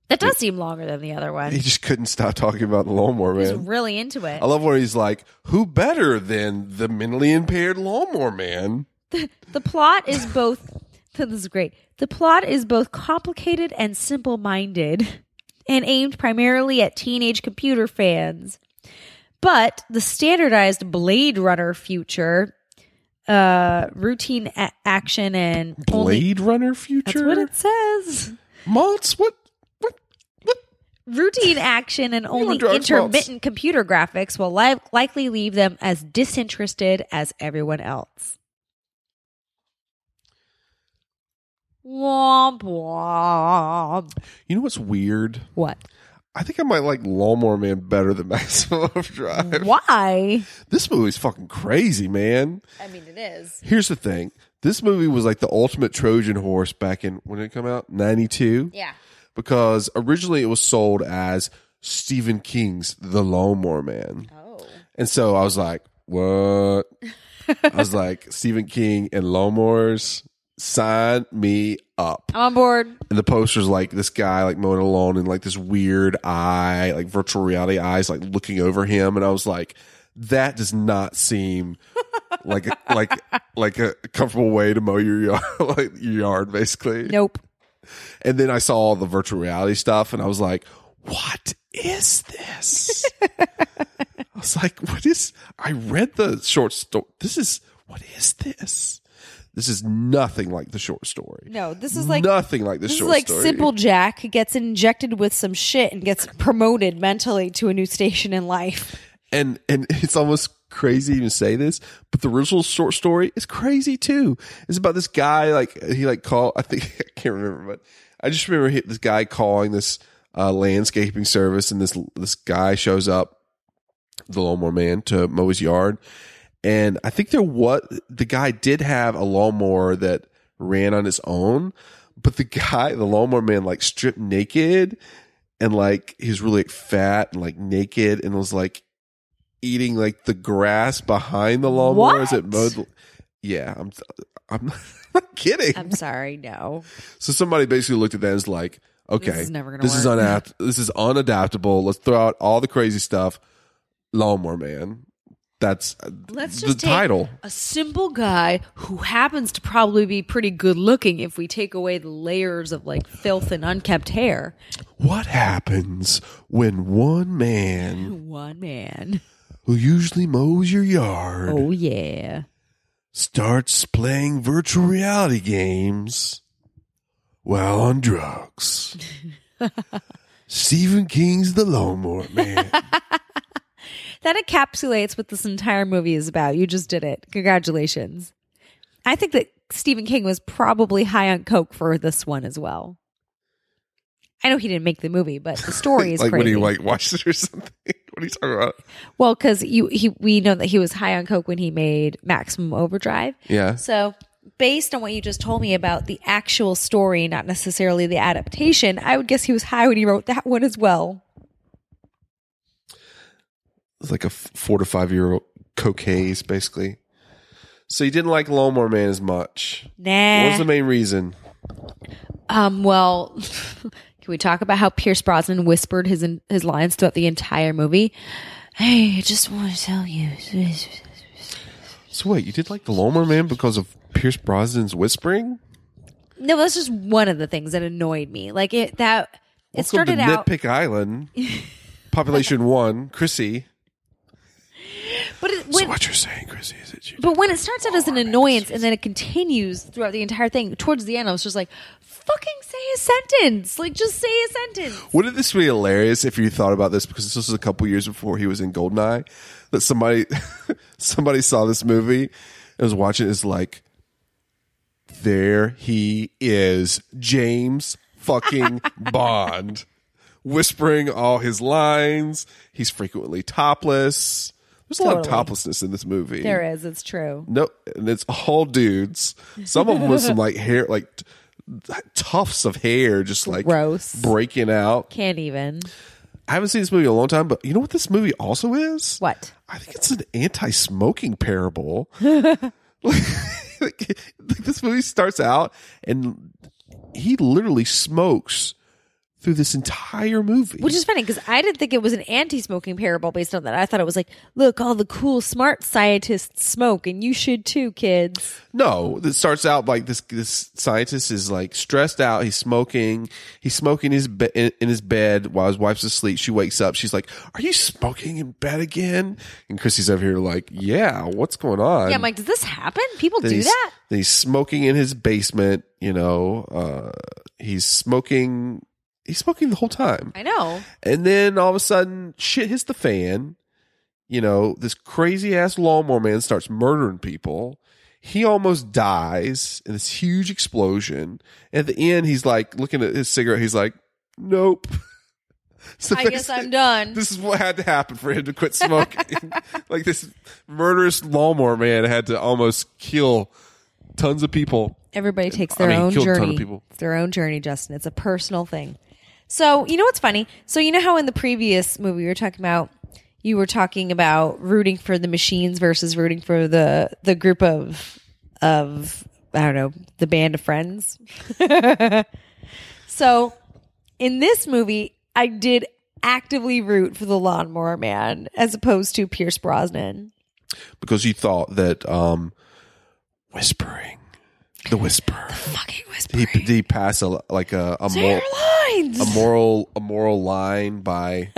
That does seem longer than the other He one. just couldn't stop talking about the lawnmower He's man. really into it. I love where he's like, "Who better than the mentally impaired lawnmower man?" The plot is both. this is great. The plot is both complicated and simple minded and aimed primarily at teenage computer fans. But the standardized Blade Runner future, uh, routine a- action and only- Blade Runner that's future. what it says. Maltz, what? What? What? Routine action and only drugs, intermittent computer graphics will li- likely leave them as disinterested as everyone else. Womp womp. You know what's weird? What? I think I might like Lawnmower Man better than Maximum Overdrive. Why? This movie's fucking crazy, man. I mean, it is. Here's the thing. This movie was like the ultimate Trojan horse back in when did it come out? 92. Yeah. Because originally it was sold as Stephen King's The Lawnmower Man. Oh. And so I was like, what? I was like, Stephen King and lawnmowers, sign me up. I'm on board. And the poster's like this guy like mowing a lawn and like this weird eye, like virtual reality eyes like looking over him. And I was like, that does not seem like a, like like a comfortable way to mow your yard like your yard basically. Nope. And then I saw all the virtual reality stuff and I was like, what is this? I was like, what is, I read the short story. This is, what is this? This is nothing like the short story. No, this is like. nothing like the This is short like story. simple Jack gets injected with some shit and gets promoted mentally to a new station in life. and and it's almost crazy to even say this, but the original short story is crazy too. It's about this guy like he like call I think I can't remember, but I just remember he, this guy calling this uh, landscaping service, and this this guy shows up, the lawnmower man, to mow his yard, and I think there what the guy did have a lawnmower that ran on its own, but the guy the lawnmower man like stripped naked. And like he was really fat and like naked, and was like eating like the grass behind the lawnmower as it What? Uh, mowed. Yeah, I'm I'm not kidding. I'm sorry, no. so somebody basically looked at that and was like, okay, This is never gonna this is work. unapt- this is unadaptable. Let's throw out all the crazy stuff. Lawnmower man. That's uh, Let's the just take title. a simple guy who happens to probably be pretty good looking if we take away the layers of like filth and unkempt hair. What happens when one man One man. who usually mows your yard Oh yeah. starts playing virtual reality games while on drugs. Stephen King's The Lawnmower Man. That encapsulates what this entire movie is about. You just did it. Congratulations. I think that Stephen King was probably high on coke for this one as well. I know he didn't make the movie, but the story is like when crazy. he like watches or something. What are you talking about? well, because you he we know that he was high on coke when he made Maximum Overdrive. Yeah. So, based on what you just told me about the actual story, not necessarily the adaptation, I would guess he was high when he wrote that one as well. It's like a f- four to five year old cocaine, basically. So you didn't like Lawnmower Man as much. What was Nah. the main reason? um. Well, can we talk about how Pierce Brosnan whispered his his lines throughout the entire movie? Hey, I just want to tell you. So wait, you did like the Lawnmower Man because of Pierce Brosnan's whispering? No, that's just one of the things that annoyed me. Like it that it started Welcome to out, Nitpick Island, population one, Chrissy. but it, when, so what you're saying, Chrissy, is that you? But when it starts out as an annoyance and then it continues throughout the entire thing, towards the end, I was just like, fucking say a sentence. Like, just say a sentence. Wouldn't this be hilarious if you thought about this? Because this was a couple years before he was in Goldeneye. That somebody somebody saw this movie and was watching. Is like, there he is, James fucking Bond, whispering all his lines. He's frequently topless. There's a lot of Totally. toplessness in this movie. There is. It's true. No, and it's all dudes. Some of them with some like hair, like t- tufts of hair just like Gross. breaking out. Can't even. I haven't seen this movie in a long time, but you know what this movie also is? What? I think it's an anti-smoking parable. Like, this movie starts out and he literally smokes through this entire movie. Which is funny because I didn't think it was an anti-smoking parable based on that. I thought it was like, look, all the cool, smart scientists smoke, and you should too, kids. No, it starts out like this. This scientist is like stressed out. He's smoking. He's smoking his be- in, in his bed while his wife's asleep. She wakes up. She's like, "Are you smoking in bed again?" And Chrissy's over here like, "Yeah, what's going on?" Yeah, I'm like, does this happen? People Then do he's, that? then he's smoking in his basement. You know, uh, he's smoking. He's smoking the whole time. I know. And then all of a sudden, shit hits the fan. You know, this crazy ass lawnmower man starts murdering people. He almost dies in this huge explosion. At the end, he's like looking at his cigarette. He's like, "Nope." So I guess I'm done. This is what had to happen for him to quit smoking. like this murderous lawnmower man had to almost kill tons of people. Everybody takes I their mean, own killed a ton journey. of people. It's their own journey, Justin. It's a personal thing. So you know what's funny? So you know how in the previous movie we were talking about, you were talking about rooting for the machines versus rooting for the the group of of I don't know the band of friends. so in this movie, I did actively root for the lawnmower man as opposed to Pierce Brosnan. because you thought that um, whispering, the whisper, Fucking he whispering. he passed a like a a moral, Their lines. a moral a moral line by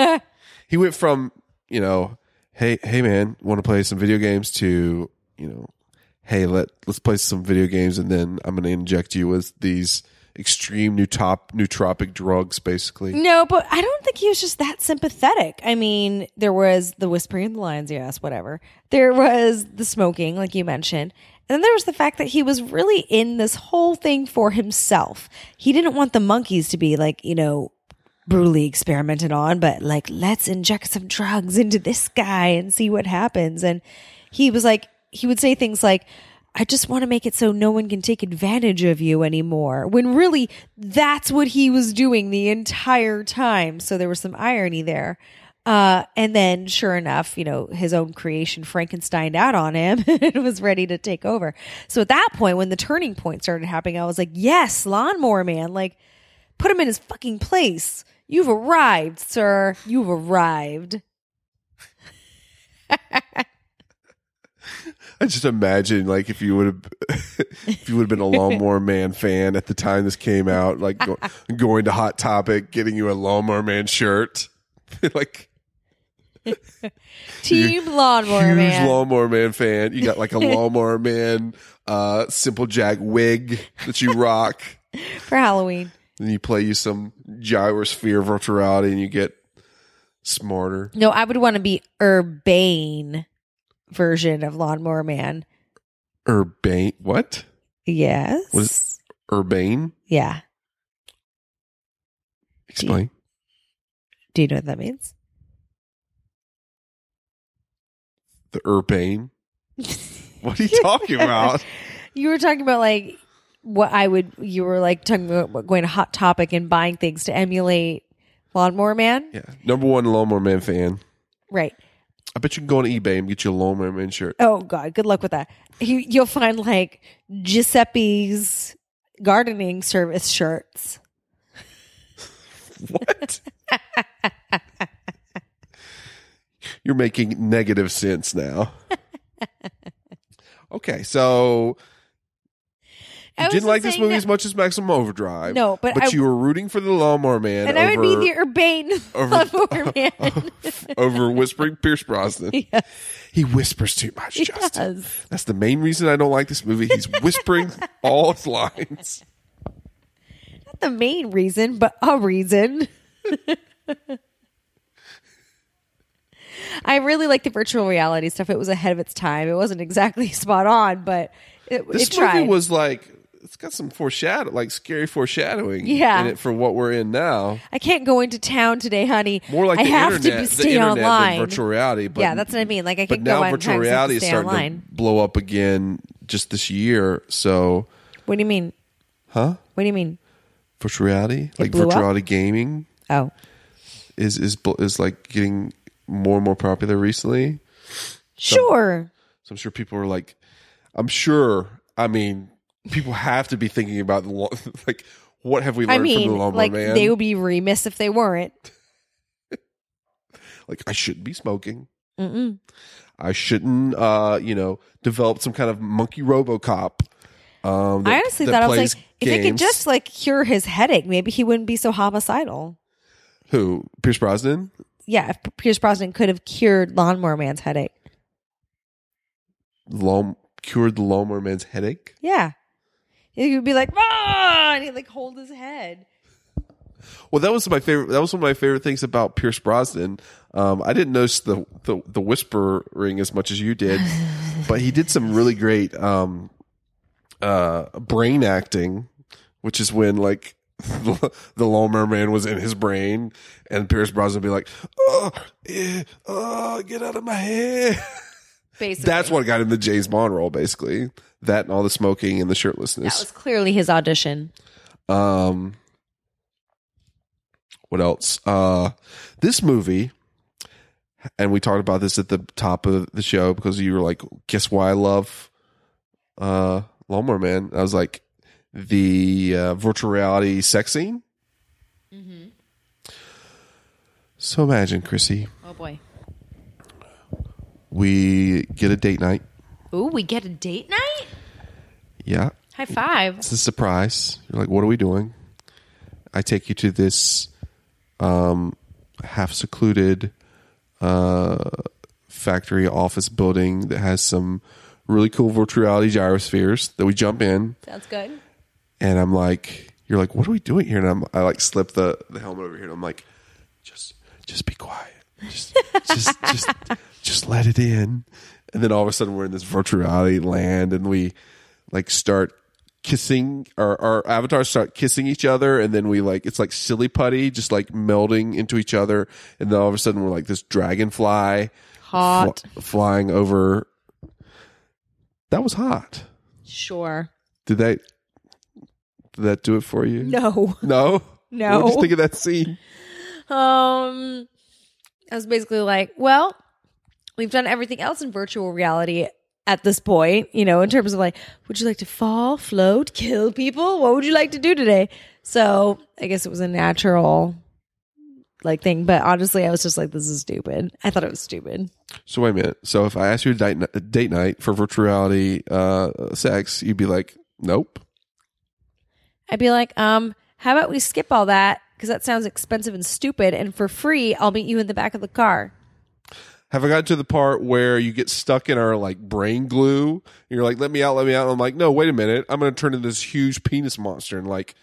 he went from you know hey hey man want to play some video games to you know hey let let's play some video games and then I'm gonna inject you with these extreme nutop nootropic drugs basically No, but I don't think he was just that sympathetic. I mean, there was the whispering of the lions, yes, whatever. There was the smoking, like you mentioned. And then there was the fact that he was really in this whole thing for himself. He didn't want the monkeys to be like, you know, brutally experimented on, but like, let's inject some drugs into this guy and see what happens. And he was like, he would say things like, I just want to make it so no one can take advantage of you anymore. When really, that's what he was doing the entire time. So there was some irony there. Uh, and then, sure enough, you know, his own creation Frankenstein out on him and was ready to take over. So at that point, when the turning point started happening, I was like, yes, lawnmower man, like, put him in his fucking place. You've arrived, sir. You've arrived. I just imagine like if you would have if you would have been a lawnmower man fan at the time this came out, like go, going to Hot Topic, getting you a lawnmower man shirt, like Team lawnmower huge man. lawnmower man fan. You got like a lawnmower man uh, simple jag wig that you rock, for Halloween. and you play you some gyrosphere virtual reality, and you get smarter. No, I would want to be urbane version of lawnmower man. Urbane, what? Yes. What is- Urbane? yeah. Explain. Do you know what that means? The urbane. What are you talking about? You were talking about like what I would. You were like talking about going to Hot Topic and buying things to emulate lawnmower man. Yeah, number one lawnmower man fan. Right. I bet you can go on eBay and get you a lawnmower man shirt. Oh God, good luck with that. You, you'll find like Giuseppe's gardening service shirts. What? You're making negative sense now. Okay, so I you didn't wasn't like this saying movie that- as much as Maximum Overdrive. No, but I- you were rooting for the lawnmower man. and over, I would be the urbane lawnmower man. over whispering Pierce Brosnan. Yes. He whispers too much, Justin. does. That's the main reason I don't like this movie. He's whispering all his lines. Not the main reason, but a reason. I really like the virtual reality stuff. It was ahead of its time. It wasn't exactly spot on, but it, this it tried. movie was like it's got some foreshadow like scary foreshadowing Yeah. in it for what we're in now I can't go into town today, honey. more like I the have internet to be, the stay internet than online. virtual reality but yeah, that's what I mean. Like I but can't go now out in virtual town, so I have to reality is stay starting online. to blow up again just this year so What do you mean? Huh? What do you mean? Virtual reality, like blew virtual up? reality gaming, Oh, is is bl- is like getting more and more popular recently. sure. So I'm sure people are like, I'm sure. I mean, people have to be thinking about the lo- like, what have we I learned from mean, the lawnmower like man? they would be remiss if they weren't. like, I shouldn't be smoking. Mm-mm. I shouldn't, uh, you know, develop some kind of monkey RoboCop. Um, that- I honestly that thought I was like, plays if they could games. just like cure his headache, maybe he wouldn't be so homicidal. who Pierce Brosnan. Yeah, if Pierce Brosnan could have cured Lawnmower Man's headache. Lom- cured the lawnmower man's headache. Yeah, he would be like, ah, and he'd like hold his head. Well, that was my favorite. That was one of my favorite things about Pierce Brosnan. Um, I didn't notice the, the the whispering as much as you did, but he did some really great um, uh, brain acting, which is when like the lawnmower man was in his brain, and Pierce Brosnan would be like, "Oh, eh, oh get out of my head." Basically, That's what got him the James Bond role, basically. That and all the smoking and the shirtlessness. that was clearly his audition. Um, what else? Uh, this movie, and we talked about this at the top of the show because you were like, "Guess why I love uh, Lawnmower Man?" I was like, "The uh, virtual reality sex scene." So imagine, Chrissy, Oh boy. we get a date night. Ooh, we get a date night. Yeah, High five. it's a surprise. You're like, what are we doing? I take you to this um, half secluded uh, factory office building that has some really cool virtual reality gyrospheres that we jump in. Sounds good. And I'm like, you're like, what are we doing here? And I'm, I like slip the, the helmet over here and I'm like, just, just be quiet. Just, just, just, just let it in. And then all of a sudden we're in this virtual reality land and we like start kissing our, our avatars start kissing each other. And then we like, it's like silly putty, just like melding into each other. And then all of a sudden we're like this dragonfly Hot. fl- flying over. That was hot. Sure. Did that did that do it for you? No. No? No. What did you think of that scene? Um, I was basically like, well, we've done everything else in virtual reality at this point, you know, in terms of like, would you like to fall, float, kill people? What would you like to do today? So I guess it was a natural like thing, but honestly, I was just like, this is stupid. I thought it was stupid. So wait a minute. So if I asked you to date, a date night for virtual reality uh, sex, you'd be like, nope. I'd be like, um, how about we skip all that? Because that sounds expensive and stupid. And for free, I'll meet you in the back of the car. Have I gotten to the part where you get stuck in our like brain glue? And you're like, let me out, let me out. And I'm like, no, wait a minute. I'm going to turn into this huge penis monster and like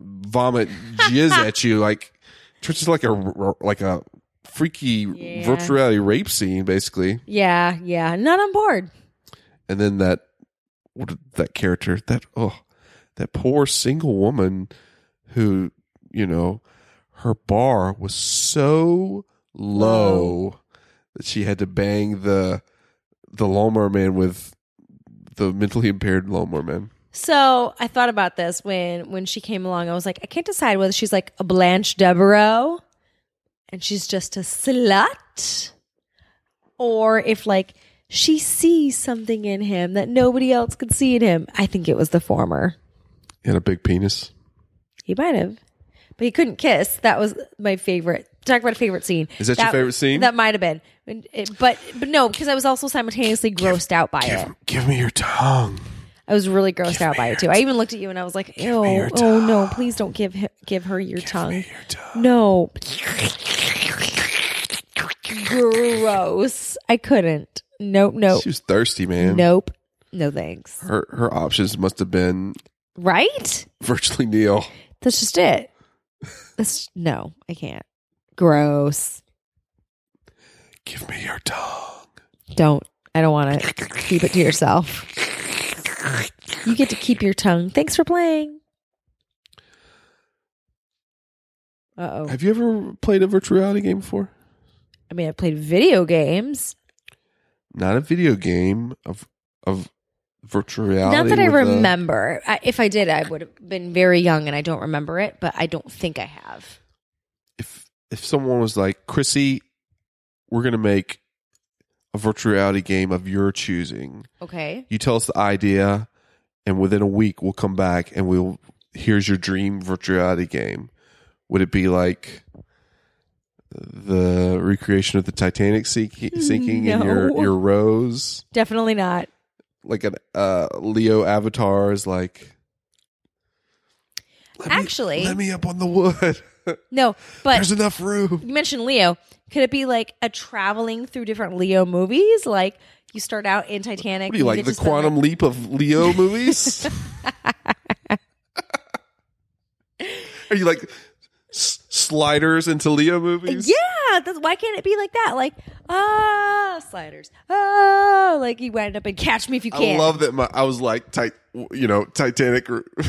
vomit jizz at you. Like, turns into like a r- like a freaky virtual reality rape scene, basically. Yeah, yeah. Not on board. and then that what did- that character that oh that poor single woman who you know her bar was so low that she had to bang the the lawnmower man with the mentally impaired lawnmower man So I thought about this when when she came along. I was like, I can't decide whether she's like a Blanche Devereaux and she's just a slut, or if like she sees something in him that nobody else could see in him. I think it was the former. and a big penis He might have, but he couldn't kiss. That was my favorite. Talk about a favorite scene. Is that your favorite scene? That might have been, And it- but but no, because I was also simultaneously grossed out by it. give me your tongue I was really grossed out by it too. I even looked at you and I was like, "Ew, me your oh no, please don't give hi- give her your tongue. your tongue No." Gross. I couldn't. Nope, nope. she was thirsty man Nope. No thanks. her her options must have been Right? virtually nil That's just it. That's no, I can't. Gross. give me your tongue Don't. I don't want it. Keep it to yourself. You get to keep your tongue. Thanks for playing. Uh-oh. have you ever played a virtual reality game before I mean, I played video games. not a video game of of virtual reality. Not that I with uh, the- remember. I, if I did, I would have been very young, and I don't remember it. But I don't think I have. if if someone was like Chrissy, we're gonna make a virtual reality game of your choosing. Okay. You tell us the idea, and within a week we'll come back and we'll here's your dream virtual reality game. Would it be like the recreation of the Titanic sink- sinking in your Mm, No. your rose, Definitely not. like an uh, Leo avatar is like. "Let me- Actually- let me up on the wood. No, but There's enough room. you mentioned Leo. Could it be like a traveling through different Leo movies? Like you start out in Titanic. What do you like? get The to some- quantum leap of Leo movies? Are you like s- sliders into Leo movies? yeah, that's, why can't it be like that? Like, ah, sliders. Oh, like you wind up and catch me if you I can. love that. My I was like, tit- you know, Titanic. or-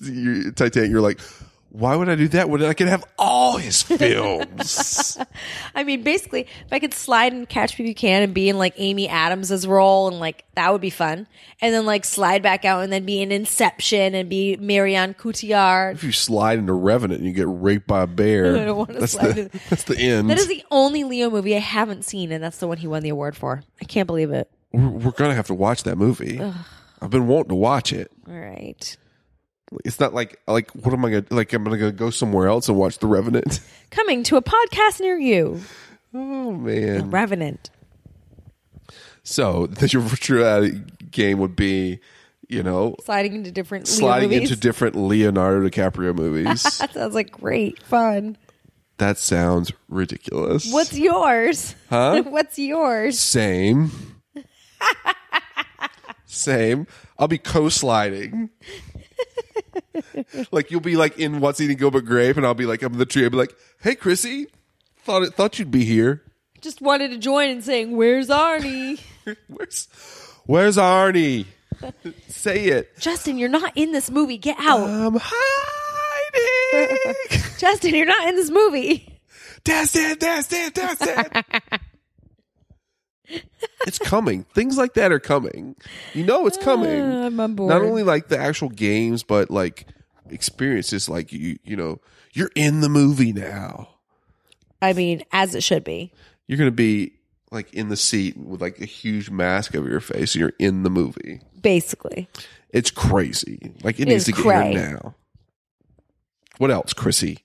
you- Titanic. You're like, why would I do that when I could have all his films? I mean, basically, if I could slide and catch me if you can and be in like Amy Adams's role and like that would be fun. And then like slide back out and then be in Inception and be Marianne Coutillard. if you slide into Revenant and you get raped by a bear, I don't wanna that's slide the in- that's the end. That is the only Leo movie I haven't seen, and that's the one he won the award for. I can't believe it. we're, we're gonna have to watch that movie. I've been wanting to watch it. All right. It's not like like what am I gonna like? I'm gonna go somewhere else and watch The Revenant. Coming to a podcast near you, Oh man! Revenant. So the your virtual reality game would be, you know, Sliding into different sliding Leo movies. into different Leonardo DiCaprio movies. that sounds like great fun. that sounds ridiculous. What's yours? Huh? What's yours? same? same. I'll be co-sliding. like you'll be like in What's Eating Gilbert Grape, and I'll be like up in the tree. I'll be like, "Hey, Chrissy, thought it, thought you'd be here." Just wanted to join and saying, "Where's Arnie?" Where's Where's Arnie? Say it. Justin, you're not in this movie. Get out. I'm hiding. Justin, you're not in this movie. That's it. That's it. That's it. it's coming. Things like that are coming. You know it's coming. Ah, I'm on board. Not only like the actual games, but like experiences. Like you, you know, you're in the movie now. I mean, as it should be. You're gonna be like in the seat with like a huge mask over your face. And you're in the movie. Basically. It's crazy. Like it, It needs is to get cray. here now. What else, Chrissy?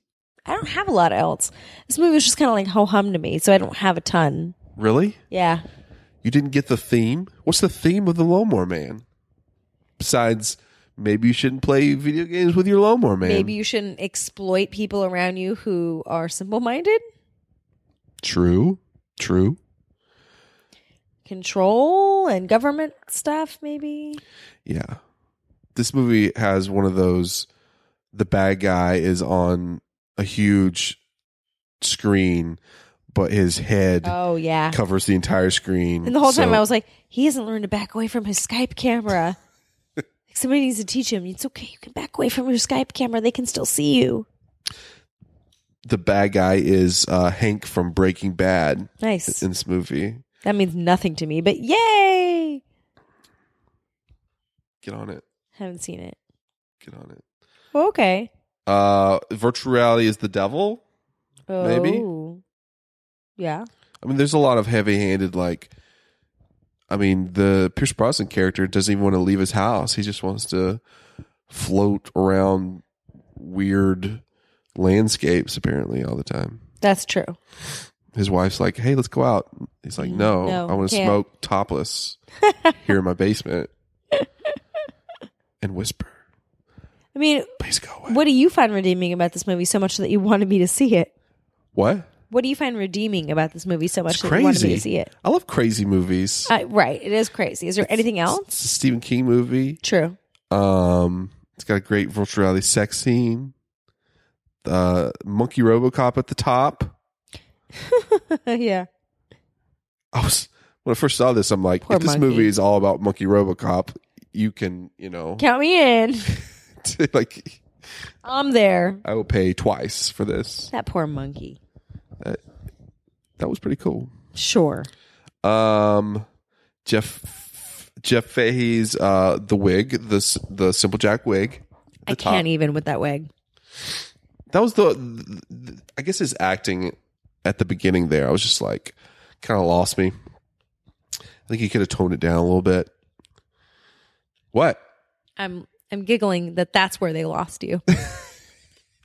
I don't have a lot else. This movie was just kind of like ho hum to me, so I don't have a ton. Really? Yeah. You didn't get the theme? What's the theme of the lawnmower man? Besides, maybe you shouldn't play video games with your lawnmower man. Maybe you shouldn't exploit people around you who are simple minded. True. True. Control and government stuff, maybe. Yeah. This movie has one of those the bad guy is on a huge screen, but his head Oh, yeah. covers the entire screen. And the whole time So- I was like, he hasn't learned to back away from his Skype camera. like somebody needs to teach him. It's okay. You can back away from your Skype camera. They can still see you. the bad guy is uh, Hank from Breaking Bad Nice. in this movie. That means nothing to me, but yay! Get on it. Haven't seen it. Get on it. Well, okay. Uh, virtual reality is the devil. Oh. Maybe. Yeah. I mean, there's a lot of heavy-handed like. I mean, the Pierce Brosnan character doesn't even want to leave his house. He just wants to float around weird landscapes apparently all the time. That's true. His wife's like, "Hey, let's go out." He's like, "No, No, I want to can't." smoke topless here in my basement and whisper, I mean, please go away." what do you find redeeming about this movie so much that you wanted me to see it? What? What do you find redeeming about this movie so much It's that you wanted me crazy. to see it? I love crazy movies. Uh, right. It is crazy. Is there anything else? It's a Stephen King movie. True. Um, it's got a great virtual reality sex scene. Uh, monkey RoboCop at the top. yeah. I was when I first saw this, I'm like, Poor if this monkey. movie is all about monkey RoboCop, you can, you know, Count me in. like I'm there. I will pay twice for this. That poor monkey. That was pretty cool. Sure. Um, Jeff Jeff Fahey's uh, the wig, the s- the Simple Jack wig. I top. can't even with that wig. That was the, th- th- I guess his acting at the beginning there. I was just like, kind of lost me. I think he could have toned it down a little bit. What? I'm I'm giggling that that's where they lost you.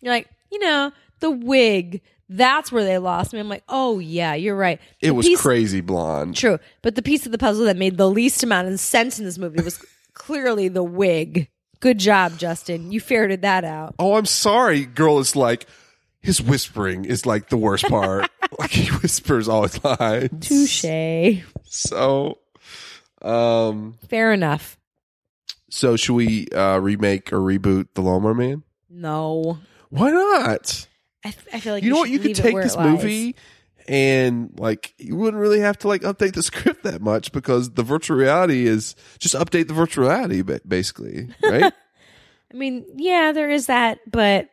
you're like, you know, the wig. That's where they lost me. I'm like, oh yeah, you're right. It The was piece- crazy blonde. True, but the piece of the puzzle that made the least amount of sense in this movie was clearly the wig. Good job, Justin. You ferreted that out. Oh, I'm sorry. Girl is like, his whispering is like the worst part. like he whispers all his lines. Touche. So, um, Fair enough. so should we uh remake or reboot The Lawnmower Man? No, Why not? I, f- I feel like you know what? should You could leave it take where it this lies. movie and like you wouldn't really have to like update the script that much because the virtual reality is just update the virtual reality, ba- basically, right? I mean, yeah, there is that, but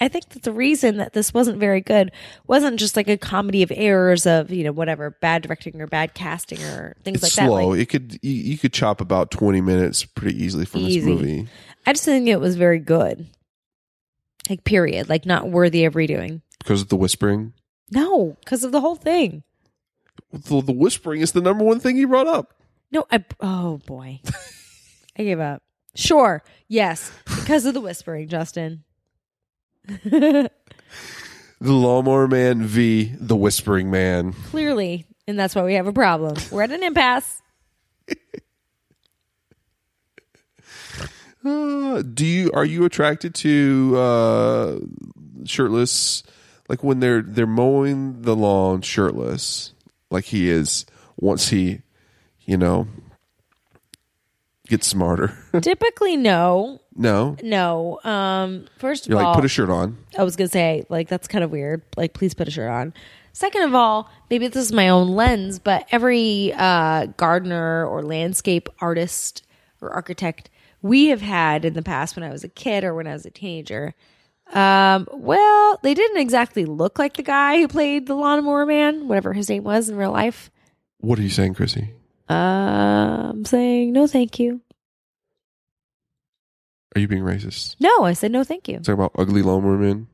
I think that the reason that this wasn't very good wasn't just like a comedy of errors of you know whatever bad directing or bad casting or things it's like that. slow. Like, it could you, you could chop about twenty minutes pretty easily from Easy. this movie. I just think it was very good, like period, like not worthy of redoing. because of the whispering. No, because of the whole thing. The, the whispering is the number one thing he brought up. No, I oh boy, I gave up. Sure, yes, because of the whispering, Justin. The Lawnmower Man v. The Whispering Man. Clearly, and that's why we have a problem. We're at an impasse. Uh, do you are you attracted to uh, shirtless? Like when they're they're mowing the lawn shirtless, like he is once he, you know, gets smarter. Typically, no, no, no. Um, 1st you're of all, like put a shirt on. I was gonna say like that's kind of weird. Like, please put a shirt on. Second of all, maybe this is my own lens, but every uh, gardener or landscape artist or architect we have had in the past, when I was a kid or when I was a teenager, um, well, they didn't exactly look like the guy who played the lawnmower man, whatever his name was in real life. What are you saying, Chrissy? Uh, I'm saying no, thank you. Are you being racist? No, I said no, thank you. Talking about ugly lawnmower men.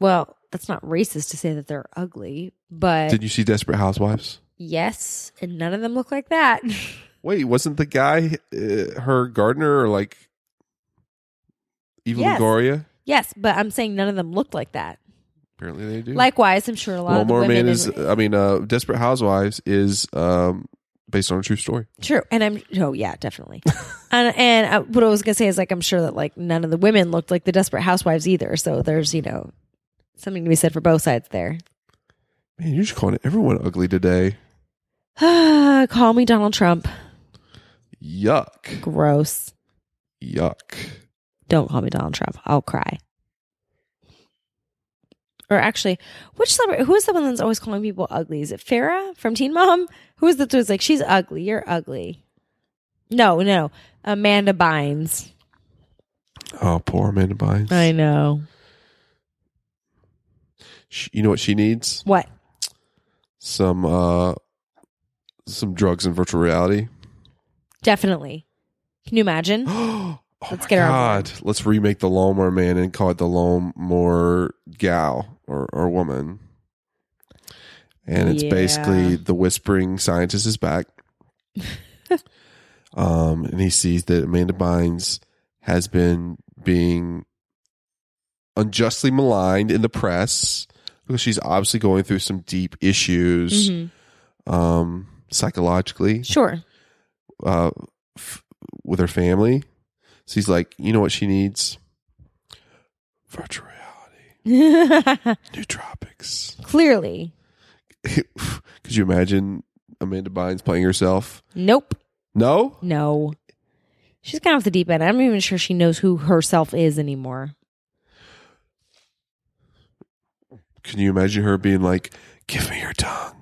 Well, that's not racist to say that they're ugly, but Did you see Desperate Housewives? yes, and none of them look like that. Wait, wasn't the guy uh, her gardener or like Evil Yes. Longoria? yes, but I'm saying none of them look like that. Apparently they do. Likewise, I'm sure a lot Lawnmower of the women Man is, in- I mean, uh, Desperate Housewives is um, based on a true story. true, and I'm oh yeah, definitely. and and I, what I was gonna say is like I'm sure that like none of the women looked like the Desperate Housewives either. So there's you know something to be said for both sides there. Man, you're just calling everyone ugly today. Call me Donald Trump. Yuck. Gross. Yuck. Don't call me Donald Trump. I'll cry. Or actually, which celebrity? Who is the one that's always calling people ugly? Is it Farah from Teen Mom? Who is the that's like she's ugly? You're ugly. No, no, Amanda Bynes. Oh, poor Amanda Bynes. I know She- you know what she needs? what. Some uh, some drugs and virtual reality. Definitely. Can you imagine? oh Let's my get her on God. Let's remake the Lawnmower Man and call it the Lawnmower Gal or, or Woman. And it's Yeah. basically the whispering scientist is back. um, and he sees that Amanda Bynes has been being unjustly maligned in the press because she's obviously going through some deep issues Mhm. um, psychologically Sure. uh, f- with her family. So he's like, you know what she needs? Virtual reality, new tropics. Clearly, Could you imagine Amanda Bynes playing herself? nope. No, No. She's kind of off the deep end. I'm not even sure she knows who herself is anymore. can you imagine her being like, "Give me your tongue"?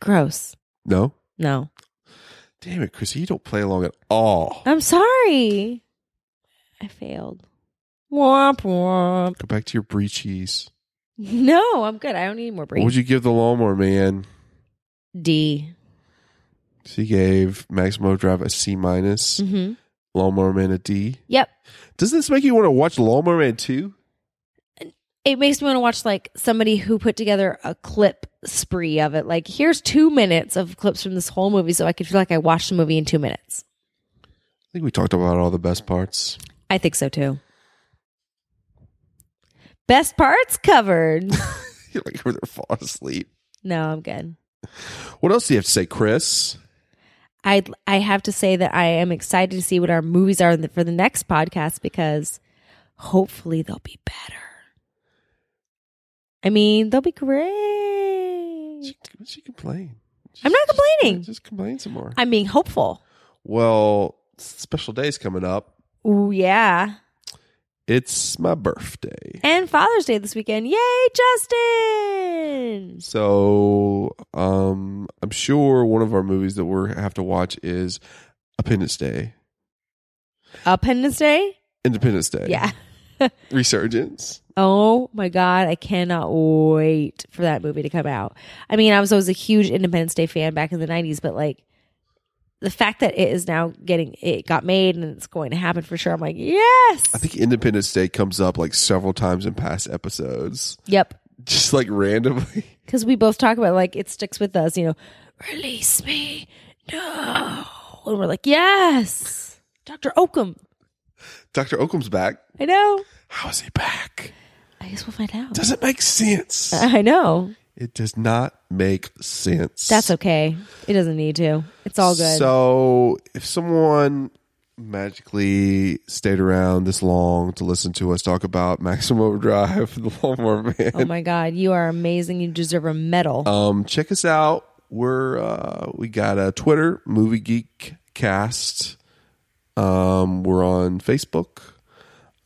Gross. No, No. damn it, Chrissy, you don't play along at all. I'm sorry. I failed. Womp womp. Go back to your brie cheese. No, I'm good. I don't need more What breathe. would you give the lawnmower man? D. She gave Maximo Drive a C minus, Mm-hmm. Lawnmower Man a D. Yep. Does this make you want to watch Lawnmower Man two? It makes me want to watch like somebody who put together a clip spree of it. Like, here's two minutes of clips from this whole movie, so I could feel like I watched the movie in two minutes. I think we talked about all the best parts. I think so too. Best parts covered. You're like we're falling asleep. no, I'm good. What else do you have to say, Chris? I I have to say that I am excited to see what our movies are in the, for the next podcast because hopefully they'll be better. I mean, they'll be great. She, she complained. Mm. I'm not complaining. Just complain some more. I'm being hopeful. well, special day's coming up. Ooh yeah, It's my birthday. and Father's Day this weekend. Yay, Justin! So um I'm sure one of our movies that we're have to watch is Independence Day. Independence Day. Independence Day. Yeah. Resurgence. Oh my God, I cannot wait for that movie to come out. I mean, I was always a huge Independence Day fan back in the 90s, but like the fact that it is now getting, it got made and it's going to happen for sure. I'm like, yes. I think Independence Day comes up like several times in past episodes. yep. Just like randomly. Because we both talk about like, it sticks with us, you know, release me. No. And we're like, yes. Dr. Oakham. Dr. Oakum's back. I know. How is he back? I guess we'll find out. Doesn't make sense. I know. It does not make sense. That's okay. It doesn't need to. It's all good. So if someone magically stayed around this long to listen to us talk about Maximum Overdrive, the Lawnmower Man, oh my God. You are amazing. You deserve a medal. um, check us out. We're uh, we got a Twitter, Movie Geek Cast. Um, we're on Facebook.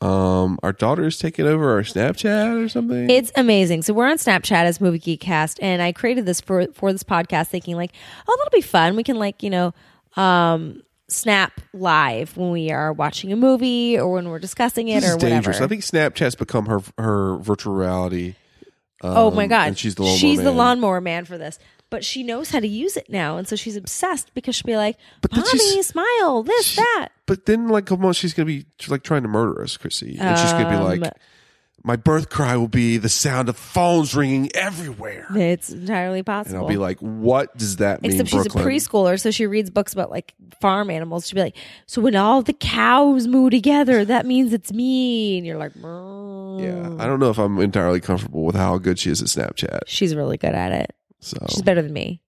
Um, our daughter's taking over our Snapchat or something. It's amazing. So we're on Snapchat as Movie Geek Cast, and I created this for for this podcast, thinking like, oh, that'll be fun. We can like you know, um, snap live when we are watching a movie or when we're discussing it this or is whatever. dangerous. I think Snapchat's become her her virtual reality. oh my god, um, and she's the lawnmower she's the man. lawnmower man for this. But she knows how to use it now, and so she's obsessed because she'll be like, then "Mommy, she's- smile, this, She- that." But then, like, come on, she's gonna be she's, like trying to murder us, Chrissy, and she's Um, gonna be like, "My birth cry will be the sound of phones ringing everywhere," It's entirely and possible. I'll be like, "What does that mean?" Except she's a Brooklyn?" preschooler, so she reads books about like farm animals. She'd be like, "So when all the cows moo together, that means it's me." And you're like, "Mmm." Yeah, "Brrr." I don't know if I'm entirely comfortable with how good she is at Snapchat. she's really good at it. So, She's better than me."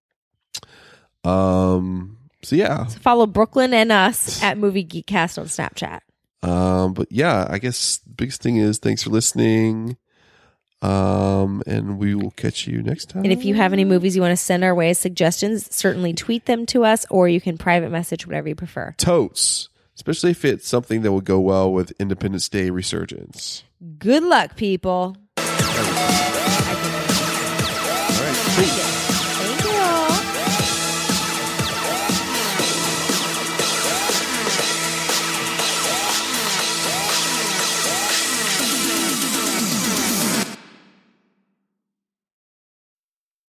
um, so yeah, So follow Brooklyn and us at Movie Geekcast on Snapchat. um, but yeah, I guess the biggest thing is thanks for listening, um, and we will catch you next time. And if you have Mm. any movies you want to send our way as suggestions, certainly tweet them to us, or you can private message whatever you prefer. totes, especially if it's something that would go well with Independence Day resurgence. Good luck, people. That was-